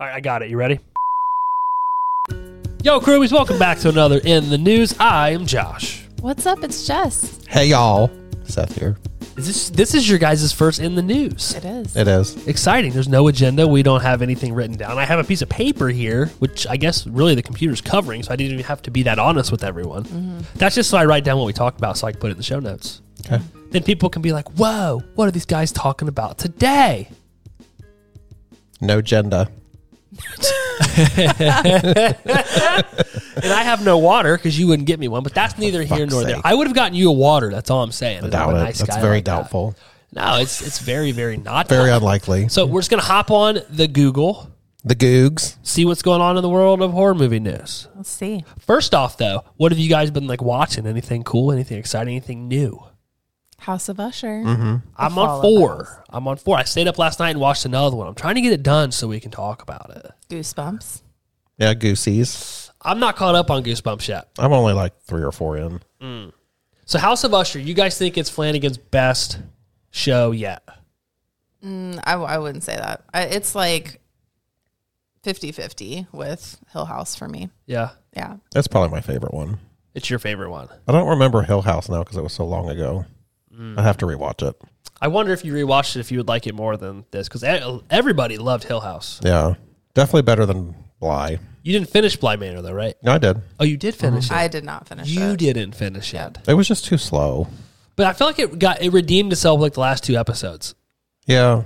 All right, I got it. You ready? Yo, Croobies, welcome back to another In the News. I am Josh. What's up? It's Jess. Hey y'all, Seth here. Is this this is your guys' first In the News? It is. It is. Exciting. There's no agenda. We don't have anything written down. I have a piece of paper here, which I guess really the computer's covering, so I didn't even have to be that honest with everyone. Mm-hmm. That's just so I write down what we talked about so I can put it in the show notes. Okay. Then people can be like, whoa, what are these guys talking about today? No agenda. And I have no water because you wouldn't get me one, but that's neither here fuck's nor there. sake. I would have gotten you a water. That's all I'm saying. and I'm Doubt a it. nice That's guy very like that. doubtful. No, it's it's very very not Very doubtful. unlikely. So we're just gonna hop on the Google, The Googs. see what's going on in the world of horror movie news. Let's see. First off, though, what have you guys been like watching? Anything cool? Anything exciting? Anything new? House of Usher. I'm Fall on of Us. four. I'm on four. I stayed up last night and watched another one. I'm trying to get it done so we can talk about it. Goosebumps. Yeah, Goosies. I'm not caught up on Goosebumps yet. I'm only like three or four in. So House of Usher, you guys think it's Flanagan's best show yet? Mm, I, I wouldn't say that. I, it's like 50 50 with Hill House for me. Yeah, Yeah. That's probably my favorite one. it's your favorite one. I don't remember Hill House now because it was so long ago. Mm. I have to rewatch it. I wonder if you rewatched it if you would like it more than this because everybody loved Hill House. Yeah, definitely better than Bly. You didn't finish Bly Manor though, right? No, I did. Oh, you did Mm-hmm. finish it. I did not finish you it. didn't finish it. It was just too slow. But I feel like it got it redeemed itself like the last two episodes. Yeah,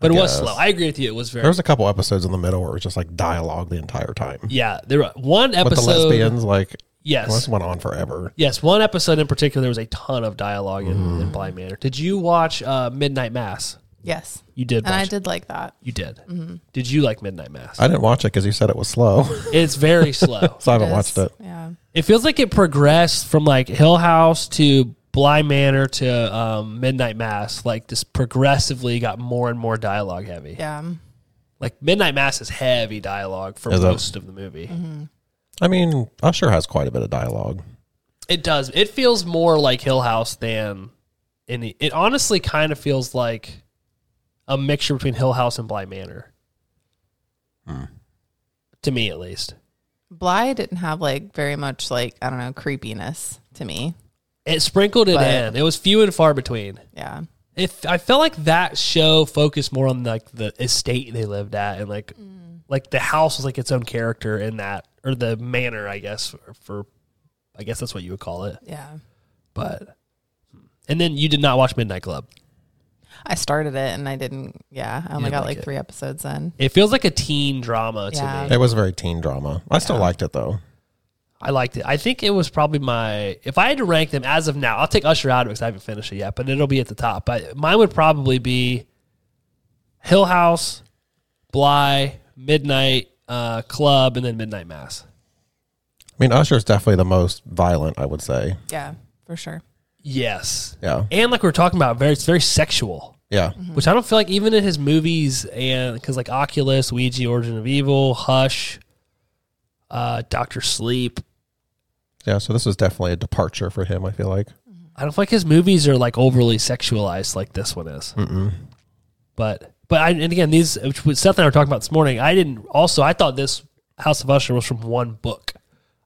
But it was guess. slow. I agree with you. It was very there was a couple episodes in the middle where it was just like dialogue the entire time yeah. There were one with episode. the lesbians. Like well, this Yes, went on forever. yes. One episode in particular, there was a ton of dialogue in, in Mm. Bly Manor. Did you watch uh, Midnight Mass? Yes. You did. Watch And I it. did Mm-hmm. like that. You did. Did you like Midnight Mass? I didn't watch it because you said it was slow, it's very slow. so I haven't watched Yes. it. Yeah. It feels like it progressed from like Hill House to Bly Manor to um, Midnight Mass. Like just progressively got more and more dialogue heavy. Yeah. Like Midnight Mass is heavy dialogue for Is it? most of the movie. Mm-hmm. I mean, Usher has quite a bit of dialogue. It does. It feels more like Hill House than any. It honestly kind of feels like a mixture between Hill House and Bly Manor. Hmm. To me, at least. Bly didn't have like very much like, I don't know, creepiness to me. It sprinkled it But- in. It was few and far between. Yeah. If I felt like that show focused more on like the estate they lived at and like like the house was like its own character in that or the manor, I guess for, for I guess that's what you would call it. Yeah. But and then you did not watch Midnight Club. I started it and I didn't. Yeah. I only didn't got like like it. three episodes in. It feels like a teen drama to Yeah. me. It was very teen drama. I still liked it though. I liked it. I think it was probably my. If I had to rank them as of now, I'll take Usher out of it because I haven't finished it yet, but it'll be at the top. But mine would probably be Hill House, Bly, Midnight uh, Club, and then Midnight Mass. I mean, Usher's definitely the most violent, I would say. Yeah. For sure. Yes, Yeah. and like we were talking about, very it's very sexual, Yeah. which I don't feel like even in his movies and because like Oculus, Ouija, Origin of Evil, Hush, uh, Doctor Sleep. Yeah. So this was definitely a departure for him, I feel like. I don't feel like his movies are like overly sexualized like this one is. Mm-mm. But but I, and again these which was- Seth and I were talking about this morning. I didn't also I thought this House of Usher was from one book.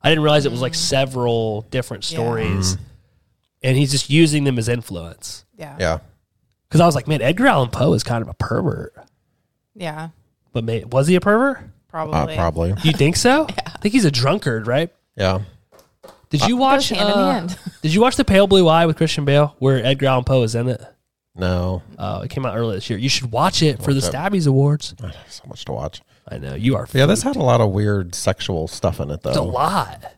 I didn't realize it was like several different Mm. Yeah. stories, and he's just using them as influence. Yeah. Yeah. Because I was like, man, Edgar Allan Poe is kind of a pervert. Yeah. But may, was he a pervert? Uh, Probably. probably. Do you think so? I think he's a drunkard, right? Yeah. Did you watch? hand in uh, hand. Did you watch the Pale Blue Eye with Christian Bale, where Edgar Allan Poe is in it? No. Uh, it came out earlier this year. You should watch it for the Watch it. Stabbies Awards. Ugh, So much to watch. I know you are. Yeah. Oh. This had a lot of weird sexual stuff in it, It's a though. lot.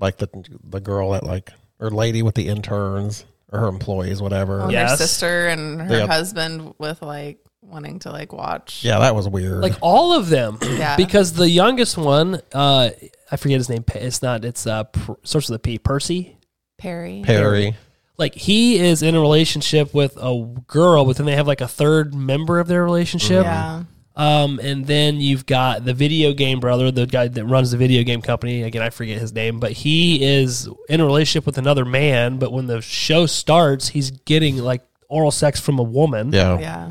Like the the girl that like or lady with the interns or her employees, whatever. Or Oh, yeah. Yes. her sister and her Yeah. husband with like wanting to like watch. that was weird. Like all of them, Yeah. because the youngest one, uh, I forget his name. Pe- It's not. It's uh, per, starts with a P. Percy. Perry. Perry. Like he is in a relationship with a girl, but then they have like a third member of their relationship. Yeah. Um, and then you've got the video game brother, the guy that runs the video game company. Again, I forget his name, but he is in a relationship with another man. But when the show starts, he's getting like oral sex from a woman. Yeah. Yeah.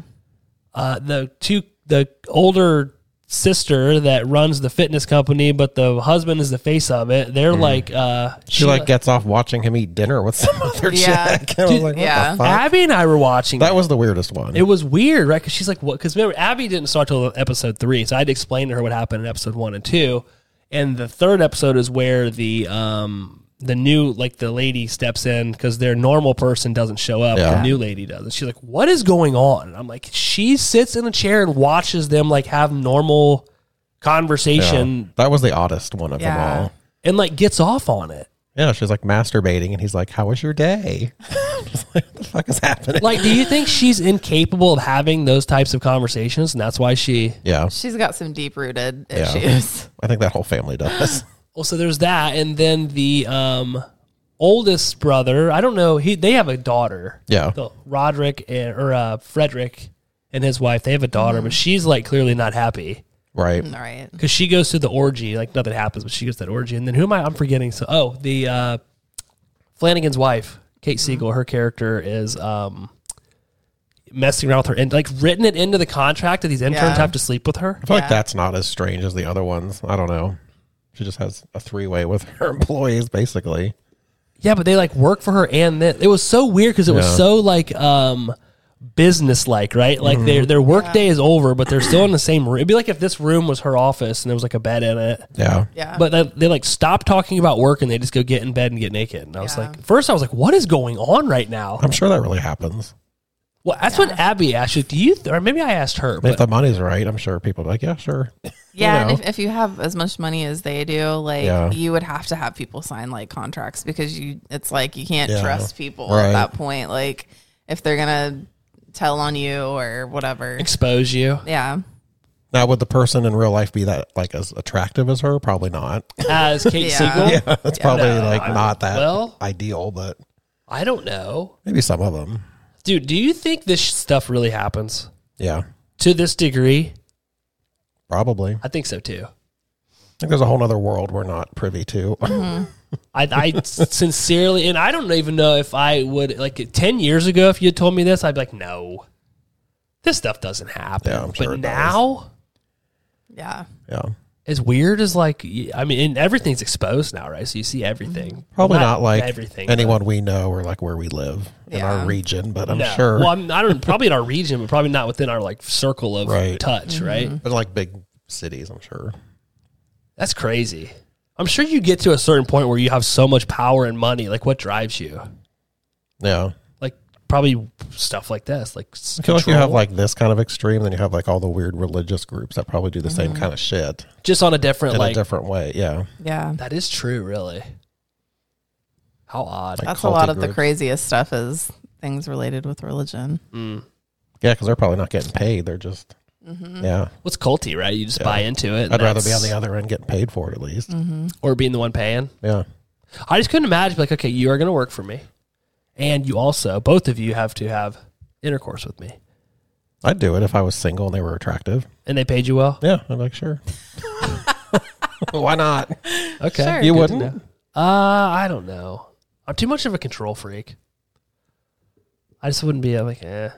Uh, the two, the older sister that runs the fitness company, but the husband is the face of it. They're like, uh, She Mm. like gets off watching him eat dinner with some other Yeah. chick. I was like, what Yeah. the fuck? Abby and I were watching. That was the weirdest one. it was weird, right? Because she's like, what? Because remember, Abby didn't start till episode three, so I had to explain to her what happened in episode one and two, and the third episode is where the um the new like the lady steps in because their normal person doesn't show up, Yeah. the new lady does, and she's like, what is going on? And I'm like, she sits in a chair and watches them like have normal conversation Yeah. That was the oddest one of Yeah. them all. and like gets off on it. Yeah, she's like masturbating, and he's like, "How was your day?" I was like, what the fuck is happening? Like, do you think she's incapable of having those types of conversations, and that's why she? yeah, She's got some deep rooted Yeah. issues. I think that whole family does. Well, so there's that, and then the um, oldest brother. I don't know. He they have a daughter. Yeah. The- Roderick and or uh, Frederick and his wife. They have a daughter, but she's like clearly not happy right. All right. because she goes to the orgy. Like nothing happens, but she goes to that orgy, and then who am I? I'm forgetting. So oh, the uh, Flanagan's wife, Kate Siegel. Her character is. Um, messing around with her and like written it into the contract that these interns Yeah. have to sleep with her I feel Yeah. like that's not as strange as the other ones. I don't know. She just has a three way with her employees, basically. Yeah, but they like work for her, and thi- it was so weird because it was Yeah. so like um business like, right? Like Mm-hmm. their their work day is over, but they're still in the same room. It'd be like if this room was her office and there was like a bed in it. Yeah. Yeah. But they, they like stop talking about work and they just go get in bed and get naked. And I was Yeah. like, first I was like, what is going on right now? I'm sure that really happens. Well, that's what Abby asked. Like, Do you? Th- or maybe I asked her. If But the money's right, I'm sure people are like, yeah, sure. yeah. know. And if, if you have as much money as they do, like Yeah. you would have to have people sign like contracts because you, it's like you can't Yeah. trust people Right. at that point. Like if they're going to tell on you or whatever. expose you. Yeah. Now, would the person in real life be that like as attractive as her? Probably not. As Kate Yeah. Siegel, Yeah, it's probably No, like I- not that well- ideal, but I don't know, maybe some of them. dude. Do you think this stuff really happens Yeah, to this degree? probably. I think so too. I think there's a whole other world we're not privy to. Mm-hmm. I, I sincerely, and I don't even know if I would like ten years ago. If you had told me this, I'd be like, no, this stuff doesn't happen. Yeah, I'm but sure it does. now, Yeah. yeah, as weird as like, y- I mean, and everything's exposed now, right? So you see everything. Mm, probably Well, not, like everything. anyone we know or like where we live in Yeah. our region, but I'm but- no. sure. Well, I'm, I don't probably in our region, but probably not within our like circle of Right. touch. Right? but like big cities, I'm sure. That's crazy. I'm sure you get to a certain point where you have so much power and money. Like, what drives you? Yeah, Like, probably stuff like this. Like, I feel like you have control. like this kind of extreme, then you have like all the weird religious groups that probably do the same kind of shit just on a different in Mm-hmm. like a different way. Yeah, Yeah. That is true, really. How odd. Like- That's a lot culty of the groups. craziest stuff is things related with religion. yeah, because they're probably not getting paid. They're just Mm-hmm. yeah. What's culty, right? You just buy into it. and I'd rather be that's- on the other end getting paid for it at least. Mm-hmm. or being the one paying. Yeah. I just couldn't imagine like, okay, you are going to work for me, and you also, both of you, have to have intercourse with me, I'd do it if I was single and they were attractive. and they paid you well. Yeah, I'm like, sure. Why not? Okay, Sure. You Good to wouldn't? know. Uh, I don't know. I'm too much of a control freak. I just wouldn't be uh, like, eh.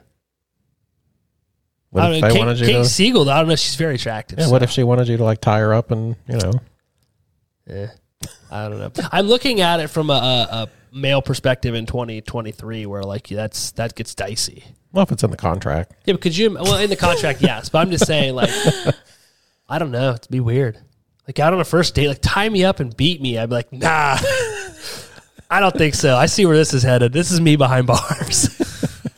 What I if don't know. they Kate, wanted you Kate to? Siegel, I don't know. She's very attractive. yeah, so- what if she wanted you to like tie her up and you know? Eh, I don't know. I'm looking at it from a, a, a male perspective in 2023, where like that's that gets dicey. Well, if it's in the contract, Yeah, but could you? Well, in the contract, yes, but I'm just saying, like, I don't know. It'd be weird. Like out on a first date, like tie me up and beat me. I'd be like, nah, I don't think so. I see where this is headed. This is me behind bars.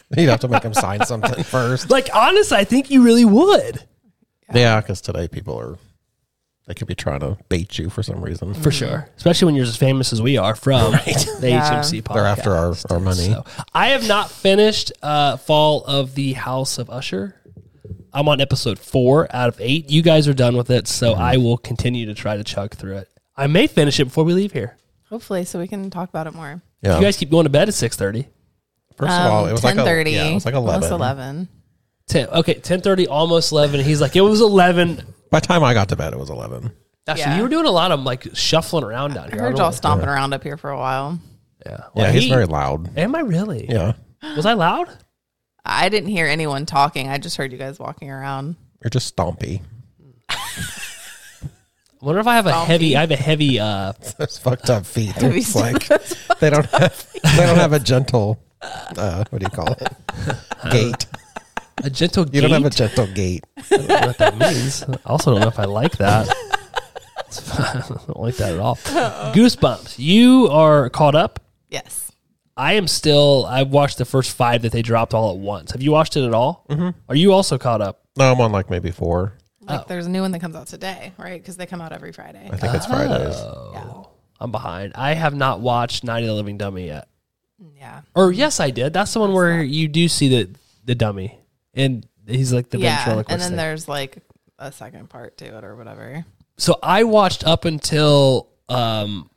you'd have to make them sign something first. like, honest, I think you really would Yeah, because today people are they could be trying to bait you for some reason. for sure, especially when you're as famous as we are from the Yeah. HMC podcast. They're after our, our money. So I have not finished uh, Fall of the House of Usher. I'm on episode four out of eight. You guys are done with it, so Mm-hmm. I will continue to try to chug through it. I may finish it before we leave here. Hopefully, so we can talk about it more. yeah. You guys keep going to bed at six thirty. First of all, it was like Um, ten a, thirty. yeah, it was like eleven. eleven. Ten. Okay, ten thirty, almost eleven. He's like, it was eleven. By the time I got to bed, it was eleven. Actually, Yeah. you were doing a lot of like shuffling around down I here. I heard don't y'all know. stomping around up here for a while. Yeah. Yeah, Well, he's he- very loud. Am I really? Yeah, Was I loud? I didn't hear anyone talking. I just heard you guys walking around. you're just stompy. I wonder if I have a Selfie. heavy. I have a heavy. uh Those fucked up feet. They're Heavy just like they don't have they don't have a gentle uh, what do you call it? Gait. A gentle. You don't have a gait? gentle gait. I don't know what that means. I also don't know if I like that. I don't like that at all. Goosebumps. You are caught up. Yes. I am still. I watched the first five that they dropped all at once. Have you watched it at all? Mm-hmm. Are you also caught up? No, I'm on like maybe four. Like there's a new one that comes out today, right? Because they come out every Friday. I think it's Fridays. Oh. I'm behind. I have not watched Night of the Living Dummy yet. Yeah. Or yes, I did. That's the one where you do see the the dummy, and he's like the Yeah. ventriloquist. And then thing. there's like a second part to it or whatever. so I watched up until um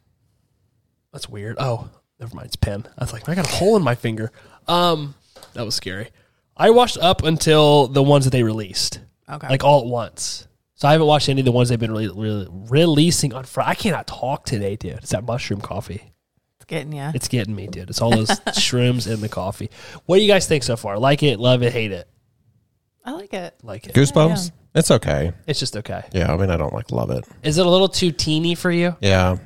that's weird. Oh, never mind, it's pen. I was like, I got a hole in my finger. Um that was scary. I watched up until the ones that they released. Okay. Like all at once. So I haven't watched any of the ones they've been re- re- releasing on Friday. I cannot talk today, dude. It's that mushroom coffee. It's getting you. It's getting me, dude. It's all those shrooms and the coffee. What do you guys think so far? Like it, love it, hate it? I like it. Like it. Goosebumps? It's okay. It's just okay. Yeah, I mean I don't like love it. Is it a little too teeny for you? Yeah.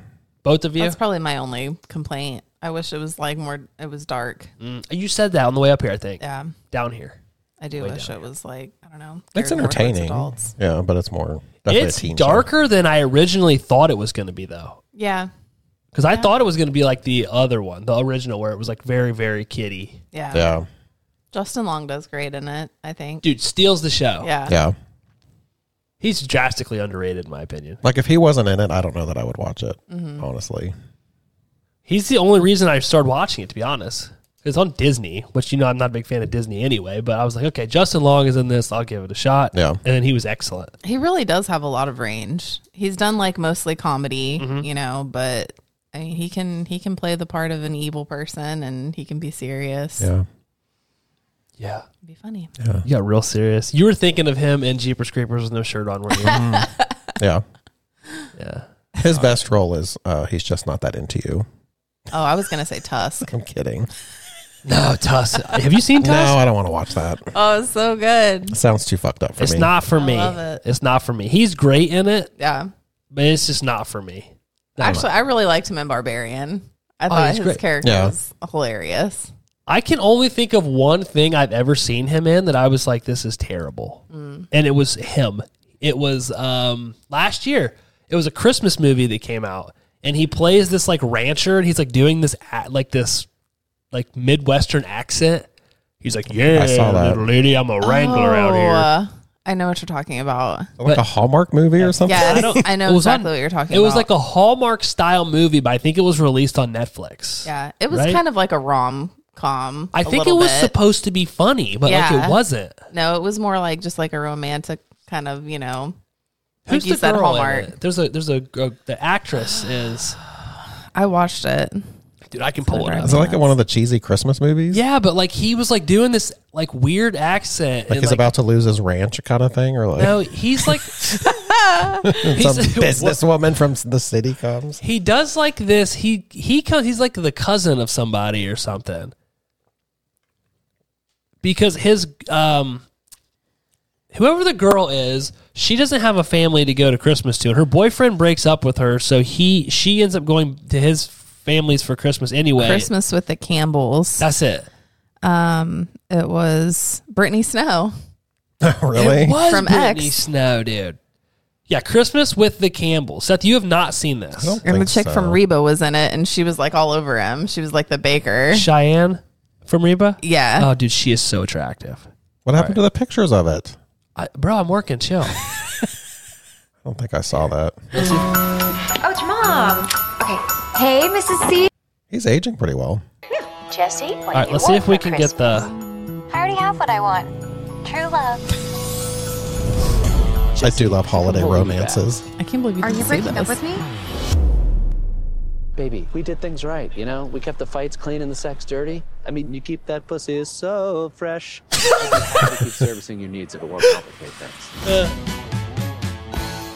Both of you? That's probably my only complaint. I wish it was like more. It was dark. Mm, you said that on the way up here, I think. Yeah. Down here. I do Way wish down it was like I don't know. It's geared more towards entertaining. Adults. Yeah, but it's more definitely a it's teen show. darker than I originally thought it was going to be, though. Yeah. Because I thought it was going to be like the other one, the original, where it was like very, very kiddie. Yeah. Yeah. Justin Long does great in it. I think. Dude steals the show. Yeah. Yeah. He's drastically underrated, in my opinion. Like if he wasn't in it, I don't know that I would watch it. Honestly. He's the only reason I started watching it, to be honest. It's on Disney, which you know I'm not a big fan of Disney anyway. But I was like, okay, Justin Long is in this. I'll give it a shot. Yeah. and then he was excellent. He really does have a lot of range. He's done like mostly comedy, you know, but I mean, he can he can play the part of an evil person and he can be serious. Yeah. Yeah, Be funny. you got real serious. You were thinking of him in Jeepers Creepers with no shirt on, were you? Mm-hmm. Yeah. yeah. His best role is uh, he's just not that into you. Oh, I was gonna say Tusk. I'm kidding. No, Tusk. Have you seen No, Tusk? I don't want to watch that. oh, it's so good. It sounds too fucked up for it's me. not for I me. love it. It's not for me. He's great in it, Yeah. but it's just not for me. Never Actually, mind. I really liked him in Barbarian. I thought Oh, he's his great. character Yeah. was hilarious. I can only think of one thing I've ever seen him in that I was like, this is terrible. Mm. And it was him. It was um, last year. It was a Christmas movie that came out, and he plays this like rancher, and he's like doing this at, like this like Midwestern accent. He's like, "Yeah, saw that. little lady, I'm a wrangler out Oh, here." uh, I know what you're talking about. like a Hallmark movie or something. Yes, I, don't- know it was on- exactly what you're talking It about. was like a Hallmark style movie, but I think it was released on Netflix. yeah, it was right? kind of like a rom com. I think it was Bit. supposed to be funny, but like Yeah. it wasn't. no, it was more like just like a romantic kind of, you know. Who's you the said, girl Hallmark. In it? There's a there's a uh, the actress is I watched it. dude. I can pull it Right. up. Is it like one of the cheesy Christmas movies? Yeah, but like he was like doing this like weird accent. Like and, he's about to lose his ranch kind of thing, or like No, he's like some he's- businesswoman from the city comes. He does like this. He he comes. He's like the cousin of somebody or something. Because his um, whoever the girl is, she doesn't have a family to go to Christmas to, and her boyfriend breaks up with her, so he she ends up going to his family's for Christmas anyway. Christmas with the Campbells. That's it. Um, it was Brittany Snow. really? It was From Brittany X. Snow, dude. Yeah, Christmas with the Campbell. Seth, you have not seen I this. don't And the think chick so. from Reba was in it, and she was like all over him. She was like the baker. Cheyenne from Reba. Yeah. Oh, dude, she is so attractive. What happened to the pictures of it? I, bro, I'm working. Chill. I don't think I saw that. Oh, it's your mom. Okay. Hey, Mrs. C. He's aging pretty well. Jesse, what All right, do you let's see want if we for can Christmas? get the. I already have what I want. True love. I do love holiday romances. I can't believe you Are didn't you see breaking up this. with me? Baby, we did things right, you know? We kept the fights clean and the sex dirty. I mean, you keep that pussy so fresh. you keep servicing your needs, it'll work complicate things.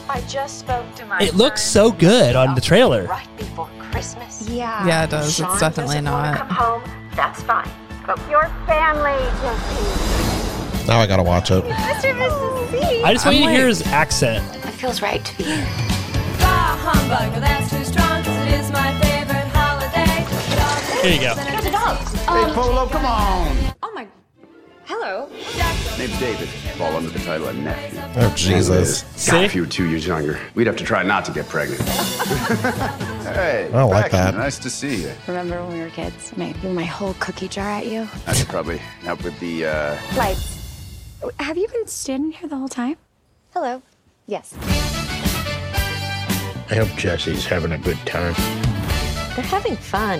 I just spoke to my. It looks so good on the trailer. Right before Christmas. Yeah. Yeah, it does. Sean It's definitely doesn't wanna not. Come home. That's fine. But Your family, Jesse. Now I gotta watch it. Oh, Mr. Mrs. C. I just want you to hear his accent. It feels right to be here. bah humbug. That's too strong 'cause it is my favorite holiday. Here you go. There's a dog. Hey, Polo, come on. Oh my. Hello. Name's David. Fall under the title of nephew. Oh, Jesus. See? God, if you were two years younger, we'd have to try not to get pregnant. hey, I like Becky, that. Nice to see you. Remember when we were kids? And I threw my whole cookie jar at you? I could probably help with the. uh... Lights. Have you been standing here the whole time? Hello. Yes. I hope Jesse's having a good time. They're having fun.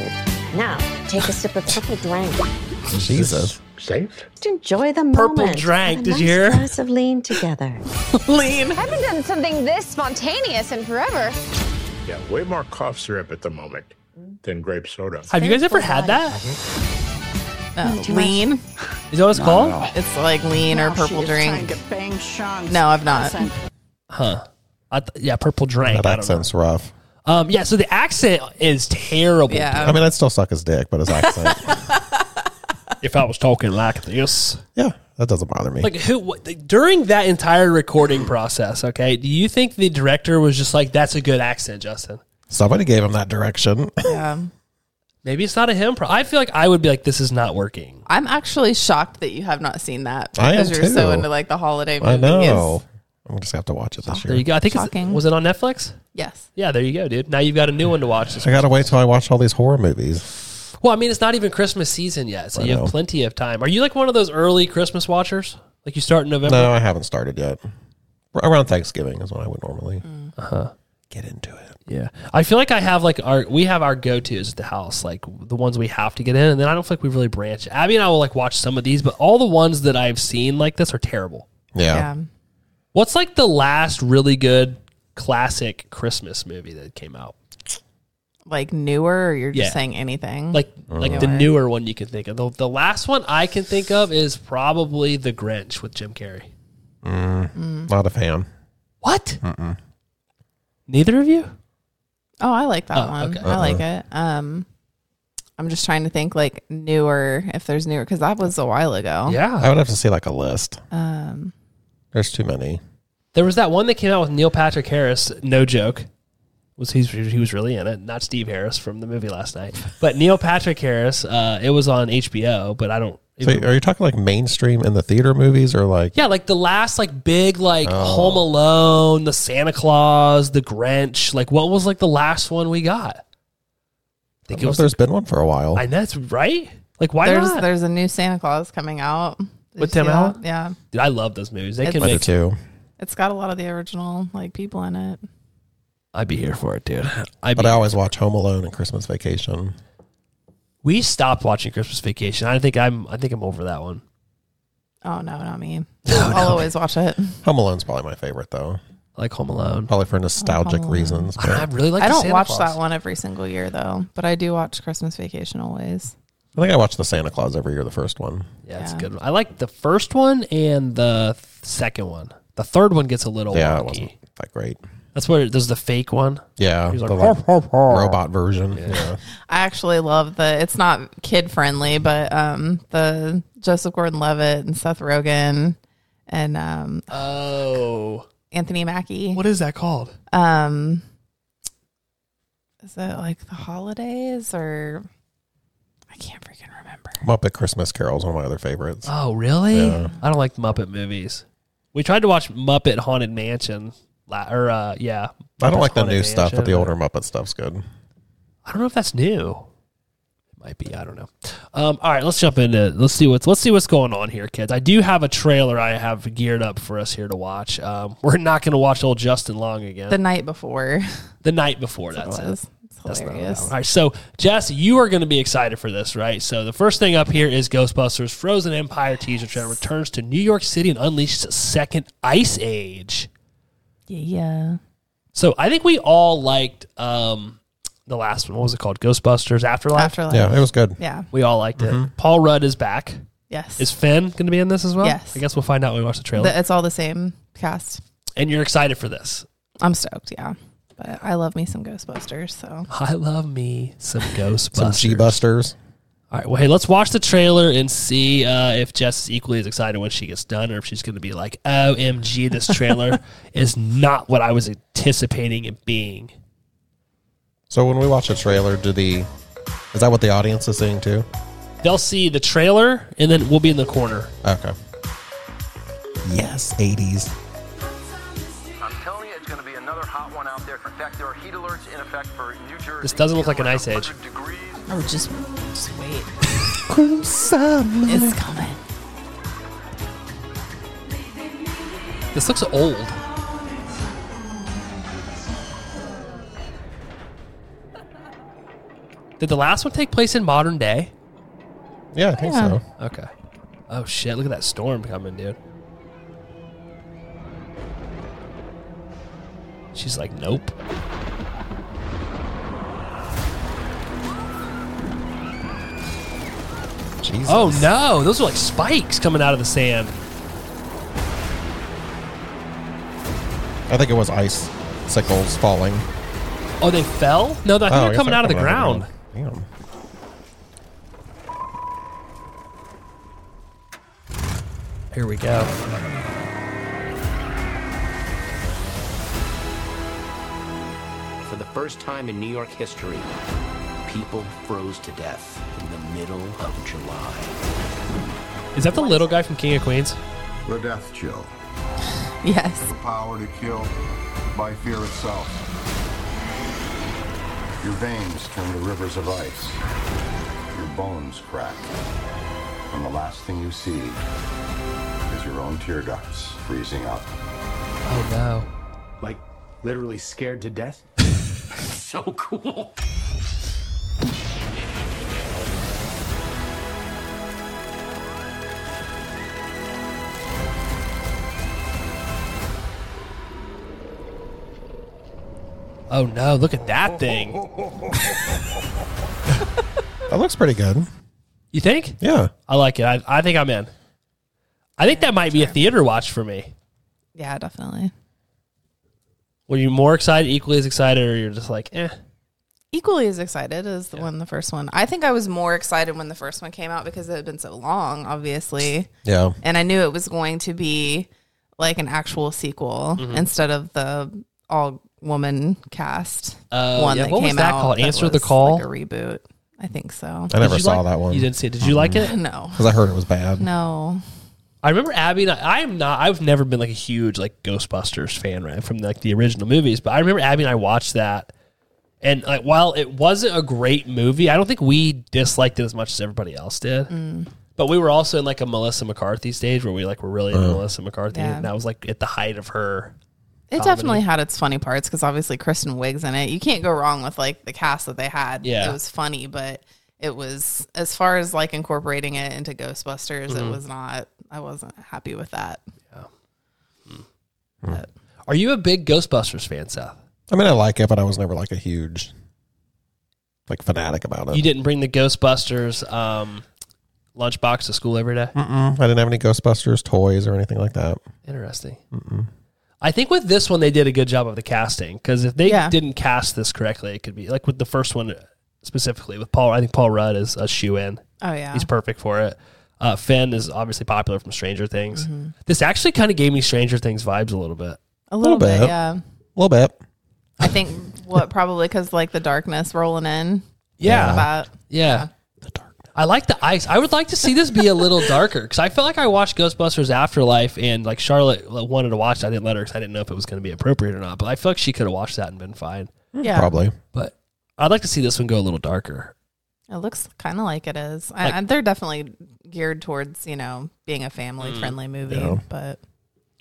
Now, take a sip of purple drink. Jesus. Safe? Just enjoy the Purple moment. Have drank, a did nice you hear? glass of lean together. Lean. I haven't done something this spontaneous in forever. Yeah, way more cough syrup at the moment than grape soda. Have you guys ever had that? Uh, lean. Is that what it's called? It's like lean or purple drink. No, I've not. I th- yeah, purple drink. That I don't know. accent's rough. Um, yeah, so the accent is terrible. Yeah. I mean, I'd still suck his dick, but his accent. If I was talking like this, yeah, that doesn't bother me. like who what, during that entire recording process, okay? Do you think the director was just like, "That's a good accent, Justin"? Somebody gave him that direction. Maybe it's not a him. Pro- I feel like I would be like, "This is not working." I'm actually shocked that you have not seen that I am because you're so too. into like the holiday movies. I know. I'm just gonna have to watch it this There you year. go. I think it's, Shocking. was it on Netflix? Yes. Yeah, there you go, dude. Now you've got a new one to watch. This I gotta wait till I watch all these horror movies. Well, I mean, it's not even Christmas season yet, so I you know. have plenty of time. Are you like one of those early Christmas watchers? Like you start in November? No, I haven't started yet. R- Around Thanksgiving is when I would normally Mm. Uh-huh. get into it. Yeah, I feel like I have like our we have our go tos at the house, like the ones we have to get in, and then I don't feel like we really branch. Abby and I will like watch some of these, but all the ones that I've seen like this are terrible. Yeah. Yeah. What's like the last really good classic Christmas movie that came out? Like newer, or you're just Yeah. saying anything. Like Oh. like the newer one you can think of. The, the last one I can think of is probably The Grinch with Jim Carrey. Not a fan. What? Neither of you? oh, I like that Oh, one. okay. I like it. Um, I'm just trying to think like newer if there's newer because that was a while ago. Yeah. I would have to see like a list. Um, There's too many. There was that one that came out with Neil Patrick Harris. No joke, was he's he was really in it, not Steve Harris from the movie last night, but Neil Patrick Harris. Uh, it was on HBO, but I don't. So are you talking like mainstream in the theater movies or like yeah, like the last like big like Oh. Home Alone, the Santa Claus, the Grinch. Like what was like the last one we got? I I think don't it know if was. there's been one for a while. I know that's right. Like why there's not? there's a new Santa Claus coming out. Did With you see Tim that? Allen? Yeah. Dude, I love those movies. They It's- can I do make. too. It's got a lot of the original like people in it. I'd be here for it, dude. I'd be But I always watch Home Alone and Christmas Vacation. we stopped watching Christmas Vacation. I think I'm. I think I'm over that one. Oh no, not me. I'll always watch it. Home Alone's probably my favorite though, I like Home Alone. probably for nostalgic Alone. reasons. but- I really like. I the don't Santa watch Claus. that one every single year though, but I do watch Christmas Vacation always. I think I watch the Santa Claus every year, the first one. Yeah, it's Yeah. good. I like the first one and the th- second one. The third one gets a little yeah, it wonky. wasn't that great. That's where there's the fake one. Yeah, He's the like, like, "Harp, harp, harp." robot version. Yeah. I actually love the it's not kid friendly, but um the Joseph Gordon Levitt and Seth Rogen and um Oh, Anthony Mackie. is that called? um is it like the holidays or I can't freaking remember. Muppet Christmas Carol is one of my other favorites. Oh, really? Yeah. I don't like Muppet movies. We tried to watch Muppet Haunted Mansion. La- or uh, yeah, I don't Muppet's like the Haunted new stuff, but the Mansion, older Muppet stuff's good. I don't know if that's new. It might be. I don't know. Um, all right, let's jump into. Let's see what's let's see what's going on here, kids. I do have a trailer I have geared up for us here to watch. Um, we're not going to watch old Justin Long again. The night before the night before. That's it. was. It's That's not hilarious. allowed. All right, so Jess, you are going to be excited for this, right? So the first thing up here is Ghostbusters Frozen Empire teaser trailer returns to New York City and unleashes a second ice age. Yeah. So I think we all liked um, the last one. What was it called? Ghostbusters Afterlife. Afterlife. Yeah, it was good. Yeah. we all liked it. Paul Rudd is back. Yes. Is Finn going to be in this as well? Yes. I guess we'll find out when we watch the trailer. The- it's all the same cast. and you're excited for this. I'm stoked, yeah. But I love me some Ghostbusters, so I love me some Ghostbusters. Some G Busters. All right. Well, hey, let's watch the trailer and see uh, if Jess is equally as excited when she gets done, or if she's going to be like, "OMG, this trailer is not what I was anticipating it being." So when we watch a trailer, do the is that what the audience is seeing too? They'll see the trailer, and then we'll be in the corner. Okay. Yes, eighties. I'm telling you, it's going to be another hot one out there. In fact, there are heat alerts in effect for New Jersey. This doesn't look like an ice age. Degrees. Oh, just, just wait. Crimson. It's coming. This looks old. Did the last one take place in modern day? Yeah, I think Yeah. so. Okay. Oh shit! Look at that storm coming, dude. She's like, nope. Jesus. Oh no, those are like spikes coming out of the sand. I think it was ice sickles falling. Oh, they fell? No, I think Oh, I they're guess coming out of the ground. ground. Here we go. For the first time in New York history, people froze to death in the middle of July. Is that the little guy from King of Queens? The death chill. Yes. The power to kill by fear itself. Your veins turn to rivers of ice. Your bones crack. And the last thing you see is your own tear ducts freezing up. Oh no. Like, literally scared to death? so cool. Oh no, look at that thing. Damn. That looks pretty good. You think? Yeah. I like it. I, I think I'm in. I think that might be a theater watch for me. Yeah, definitely. Were you more excited, equally as excited, or you're just like, eh? Equally as excited as the one the first one. I think I was more excited when the first one came out because it had been so long, obviously. Yeah. and I knew it was going to be like an actual sequel Mm-hmm. instead of the all woman cast Uh, one yeah, that what was came that out. called? that Answer the was Call? Uh, like a reboot. I think so. I never Did you saw like- that one You didn't see it. Did you like it? No, because I heard it was bad. no. I remember Abby and I, I'm not, I've never been like a huge like Ghostbusters fan, right? From like the original movies, but I remember Abby and I watched that. And like, while it wasn't a great movie, I don't think we disliked it as much as everybody else did. But we were also in like a Melissa McCarthy stage where we like were really into Melissa McCarthy, Yeah. and that was like at the height of her. It definitely had its funny parts because obviously Kristen Wiig's in it. You can't go wrong with like the cast that they had. Yeah. it was funny, but it was as far as like incorporating it into Ghostbusters. Mm-hmm. It was not. I wasn't happy with that. But Are you a big Ghostbusters fan, Seth? I mean, I like it, but I was never like a huge, like fanatic about it. You didn't bring the Ghostbusters um, lunchbox to school every day? Mm-mm. I didn't have any Ghostbusters toys or anything like that. Interesting. I think with this one they did a good job of the casting because if they Yeah. didn't cast this correctly, it could be like with the first one uh, specifically with Paul. I think Paul Rudd is a shoe in. oh yeah, He's perfect for it. Uh, Finn is obviously popular from Stranger Things. This actually kind of gave me Stranger Things vibes a little bit. a little, little bit. bit. Yeah. A little bit. I think what probably because like the darkness rolling in. Uh-huh. Yeah, yeah. About I like the ice. I would like to see this be a little darker because I felt like I watched Ghostbusters Afterlife and like Charlotte uh, wanted to watch. it. I didn't let her because I didn't know if it was going to be appropriate or not. But I feel like she could have watched that and been fine. yeah, Probably. But I'd like to see this one go a little darker. it looks kind of like it is. I, Like- I, they're definitely geared towards you know being a family friendly movie, Mm. Yeah. but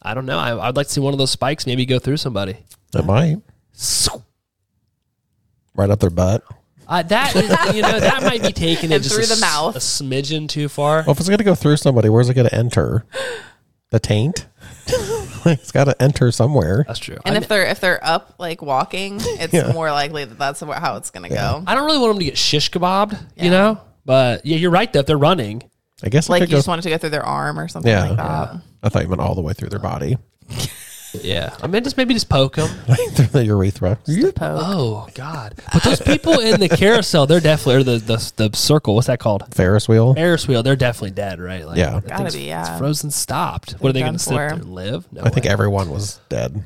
I don't know. I, I'd like to see one of those spikes maybe go through somebody. It might. Right up their butt. Uh, that is, you know, that might be taken And just through a the s- mouth. a smidgen too far. Well, if it's going to go through somebody, where's it going to enter? The taint? it's got to enter somewhere. That's true. and I, if they're if they're up like walking, it's Yeah. more likely that that's wh- how it's gonna go. I don't really want them to get shish kebabbed, you Yeah. know. But yeah, you're right. That they're running. I guess it Like you could go. just want it to go through their arm or something yeah. like that. I thought you meant all the way through their body. Yeah, I mean, just maybe just poke them. through the urethra. Oh God! But those people in the carousel, they're definitely or the, the the circle. What's that called? Ferris wheel. Ferris wheel. They're definitely dead, right? Like, Yeah. that Gotta thing's- be, yeah. It's frozen stopped. What are they They're going done to sit there for. and live? No I think way. everyone was dead.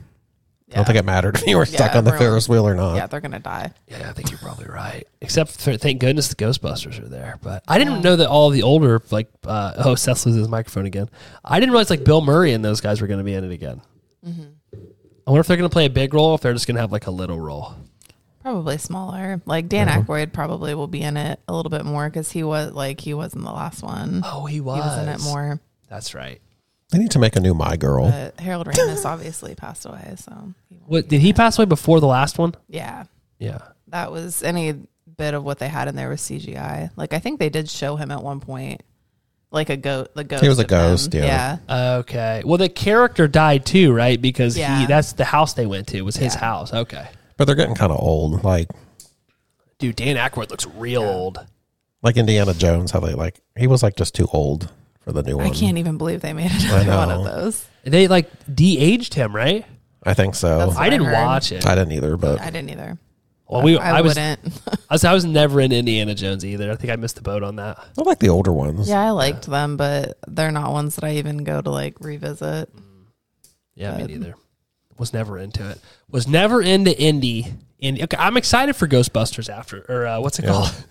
I don't think it mattered if you were Yeah, stuck on the everyone- Ferris wheel or not. Yeah, they're gonna die. Yeah, I think you're probably right. Except for thank goodness the Ghostbusters are there. But I didn't know that all the older like uh, oh Seth loses his microphone again. I didn't realize like Bill Murray and those guys were going to be in it again. Mm-hmm. I wonder if they're going to play a big role, or if they're just going to have like a little role. Probably smaller. Like Dan Uh-huh. Aykroyd probably will be in it a little bit more because he was like he was in the last one. Oh, he He was in it was. more. That's right. They need to make a new My Girl. But Harold Ramis obviously passed away, so What did he pass away before the last one? yeah, Yeah. that was any bit of what they had in there was CGI. Like I think they did show him at one point, like a goat. The ghost. was a of him. ghost, yeah. yeah. Okay. Well, the character died too, right? Because he Yeah. that's the house they went to was his house. Okay. But they're getting kind of old, like Dude, Dan Aykroyd looks real old. like Indiana Jones. How they like he was like just too old for the new one. I can't even believe they made another one of know. those. They like de-aged him, right? I think so. That's I I didn't heard. watch it. I didn't either, but I didn't either. Well, we, I, I, was, I wouldn't. was, I was never in Indiana Jones either. I think I missed the boat on that. I like the older ones. yeah, I liked them, but they're not ones that I even go to like revisit. Yeah, me neither. Was never into it. Was never into Indy. And okay, I'm excited for Ghostbusters after, or uh, what's it Yeah. called?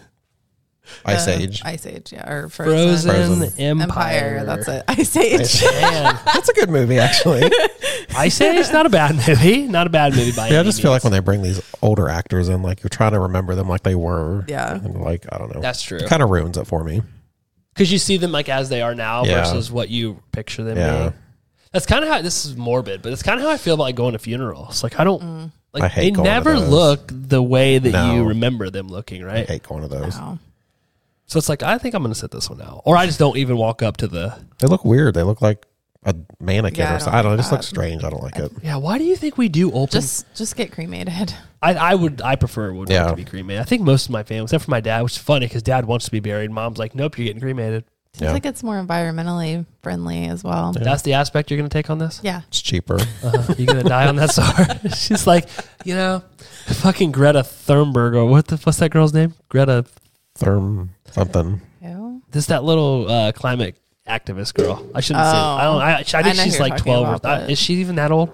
Ice Uh, Age. Ice Age, yeah, or Frozen, Frozen, Frozen. Empire. Empire. That's it. Ice Age. Man, That's a good movie, actually. I say it's not a bad movie. Not a bad movie by yeah, I any just feel means. like when they bring these older actors in, like you're trying to remember them like they were. Yeah. And like I don't know. That's true. It kind of ruins it for me. because you see them like as they are now Yeah. versus what you picture them Yeah. being. That's kind of how this is morbid, but it's kind of how I feel about like, going to funerals. Like I don't like I hate they going to never those. look the way that No. you remember them looking, I right? hate going to those. Wow. So it's like I think I'm going to sit this one out, or I just don't even walk up to the. They look weird. They look like a mannequin Yeah, I or don't something. I don't know. It like just looks that. strange. I don't like it. Yeah, why do you think we do open? Just just get cremated. I, I would I prefer would like Yeah. to be cremated. I think most of my family, except for my dad, which is funny because dad wants to be buried. Mom's like, nope, you're getting cremated. Seems like it's more environmentally friendly as well. That's the aspect you're going to take on this. Yeah. It's cheaper. Uh, you gonna die on that star? She's like, you know, fucking Greta Thunberg or what the what's that girl's name? Greta. Therm something. Yeah. This that little uh, climate activist girl. I shouldn't say. I don't. I, I think know who she's you're like talking twelve. Or, about, uh, but- is she even that old?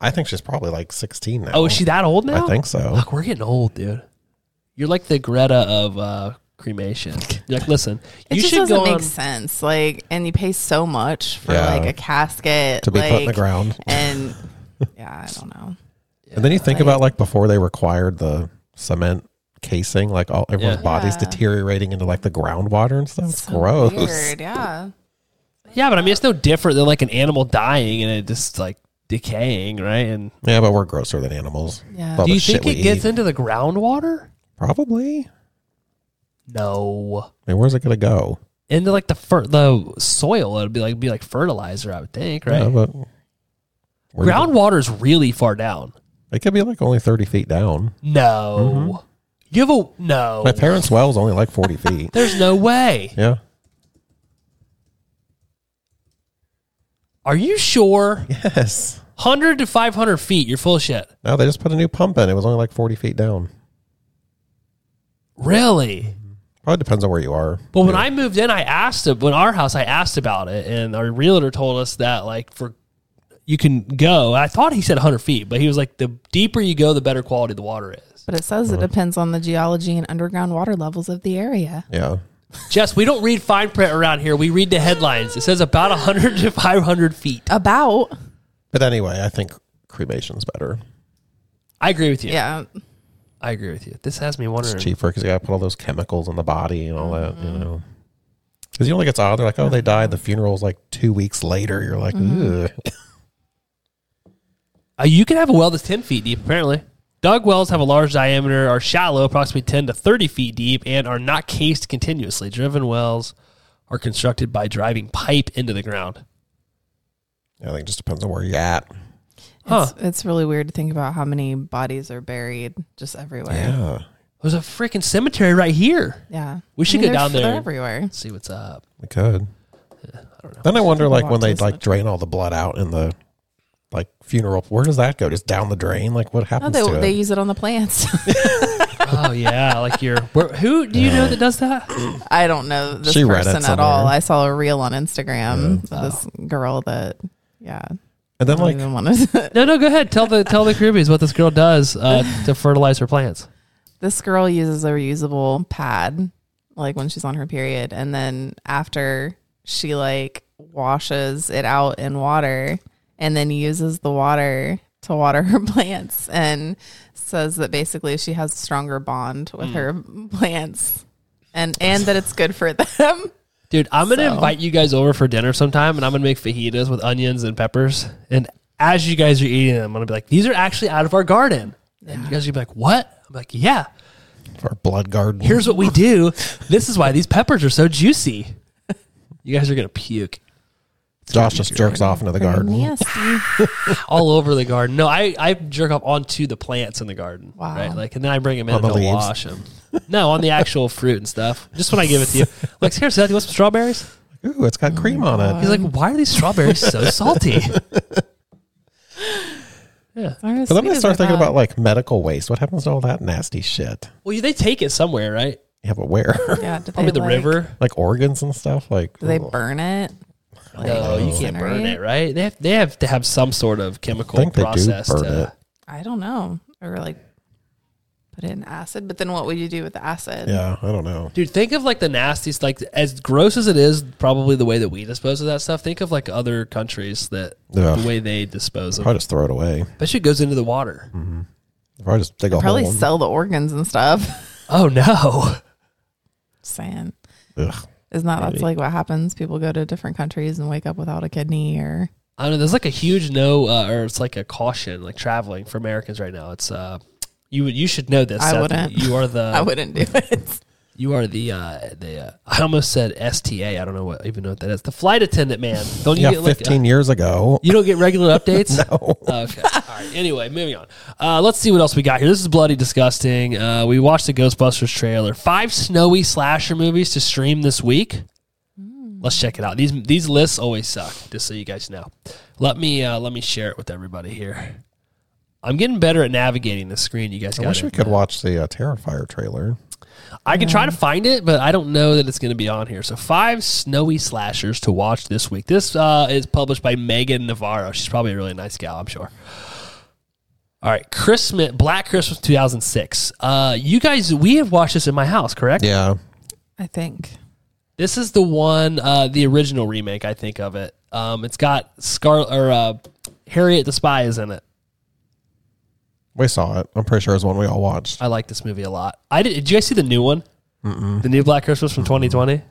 I think she's probably like 16 now. Oh, is she that old now? I think so. Fuck, we're getting old, dude. You're like the Greta of uh, cremation. You're like, listen, It you just should doesn't go make on. sense. Like, and you pay so much for Yeah. like a casket To be put in the like, ground. and yeah, I don't know. and then you think like- about like before they required the cement casing, like all everyone's Yeah. bodies Yeah. deteriorating into like the groundwater and stuff. It's So gross. Weird, yeah. Yeah, but I mean, it's no different than like an animal dying and it just like decaying, right? And Yeah, but we're grosser than animals. Yeah. All do the you shit think it we gets eat. into the groundwater? Probably. No. I mean, where's it going to go? into like the fer- the soil. It'd be like be like fertilizer, I would think, right? Yeah, but where do you- Groundwater is really far down. It could be like only 30 feet down. No, you have a no. Mm-hmm. My parents' well is only like 40 feet. There's no way. Yeah. Are you sure? Yes. Hundred to five hundred feet. You're full of shit. No, they just put a new pump in. It was only like 40 feet down. Really? Probably depends on where you are. But when I moved in, I asked ab- when our house, I asked about it, and our realtor told us that like for you can go. I thought he said 100 feet, but he was like the deeper you go, the better quality the water is. But it says it depends on the geology and underground water levels of the area. Yeah. Jess, we don't read fine print around here. We read the headlines. It says about 100 to 500 feet. About But anyway, I think cremation's better. I agree with you. yeah, I agree with you. This has me wondering. It's cheaper because you got to put all those chemicals in the body and all that, you know. Because you know, like it's odd. They're like, oh, they died. The funeral's like two weeks later. You're like, ugh. Uh, you can have a well that's 10 feet deep, apparently. Dug wells have a large diameter, are shallow, approximately 10 to 30 feet deep, and are not cased continuously. Driven wells are constructed by driving pipe into the ground. I think it just depends on where you're at. Huh. it's, it's really weird to think about how many bodies are buried just everywhere. Yeah. There's a freaking cemetery right here. Yeah. We should I go mean, they're- down there. They're everywhere. See what's up. We could. Then I wonder, like, when Walk they this like much. drain all the blood out in the like funeral. Where does that go? Just down the drain? Like what Oh, happens they, to they it? use it on the plants. oh yeah, like your where, who do you know that does that? I don't know this She read it person at all. somewhere. I saw a reel on Instagram. of This girl that, yeah. And then Don't like even wanna- no, no, go ahead. Tell the tell the Caribbeans what this girl does uh, to fertilize her plants. this girl uses a reusable pad like when she's on her period and then after she like washes it out in water and then uses the water to water her plants and says that basically she has a stronger bond with Mm. her plants and and that it's good for them Dude, I'm gonna So- invite you guys over for dinner sometime, and I'm gonna make fajitas with onions and peppers. And as you guys are eating them, I'm gonna be like, "These are actually out of our garden." And you guys are gonna be like, "What?" I'm like, "Yeah." Our blood garden. Here's what we do. this is why these peppers are so juicy. You guys are gonna puke. Josh just jerks off into the garden. all over the garden. No, I, I jerk off onto the plants in the garden. Wow. Right. Like, and then I bring them in On and the I'll leaves. wash them. No, on the actual fruit and stuff. Just when I give it to you. Like, here, Seth, you want some strawberries? Ooh, it's got cream on it. He's like, why are these strawberries so salty? yeah. But I'm gonna start thinking about like medical waste. What happens to all that nasty shit? Well, they take it somewhere, right? Yeah, but where? yeah do Probably the like- river. like organs and stuff. Like do they ugh. burn it Like, no, you can't burn it, right? They have, they have to have some sort of chemical think they do process. burn to, it. i don't know or like put it in acid but then what would you do with the acid Yeah, I don't know. Dude, think of like the nastiest, like as gross as it is, probably the way that we dispose of that stuff. Think of like other countries that Ugh. the way they dispose of. Probably just throw it away. That shit goes into the water. Probably just dig a probably hole. in- sell the organs and stuff. Oh no! Saying Ugh. isn't that that's Maybe. like what happens? People go to different countries and wake up without a kidney or I don't know. There's like a huge no, uh, or it's like a caution, like traveling for Americans right now. It's uh, you would you should know this. I Seth. wouldn't. You are the Uh, I wouldn't do it. You are the uh, the uh, I almost said STA. I don't know what even know what that is. The flight attendant man. Don't you yeah, get like a- 15 years ago. You don't get regular updates? no. Okay. All right. Anyway, moving on. Uh, let's see what else we got here. This is bloody disgusting. Uh, we watched the Ghostbusters trailer. Five snowy slasher movies to stream this week. Let's check it out. These these lists always suck. Just so you guys know. Let me uh, let me share it with everybody here. I'm getting better at navigating the screen. You guys I got wish we it. could watch the uh, Terrifier trailer. I can try to find it, but I don't know that it's going to be on here. So, five snowy slashers to watch this week. This uh, is published by Megan Navarro. She's probably a really nice gal, I'm sure. All right, Christmas, Black Christmas 2006. Uh, you guys, we have watched this in my house, correct? Yeah. I think. This is the one, uh, the original remake, I think of it. Um, it's got Scar or uh, Harriet the Spy is in it. We saw it. I'm pretty sure it was one we all watched. I like this movie a lot. I did. Did you guys see the new one? The new Black Christmas from 2020.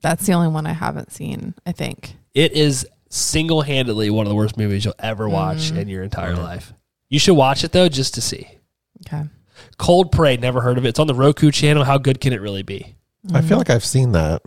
That's the only one I haven't seen, I think. It is single handedly one of the worst movies you'll ever watch in your entire life. You should watch it though, just to see. Okay. Cold Prey, never heard of it. It's on the Roku channel. How good can it really be? I feel like I've seen that.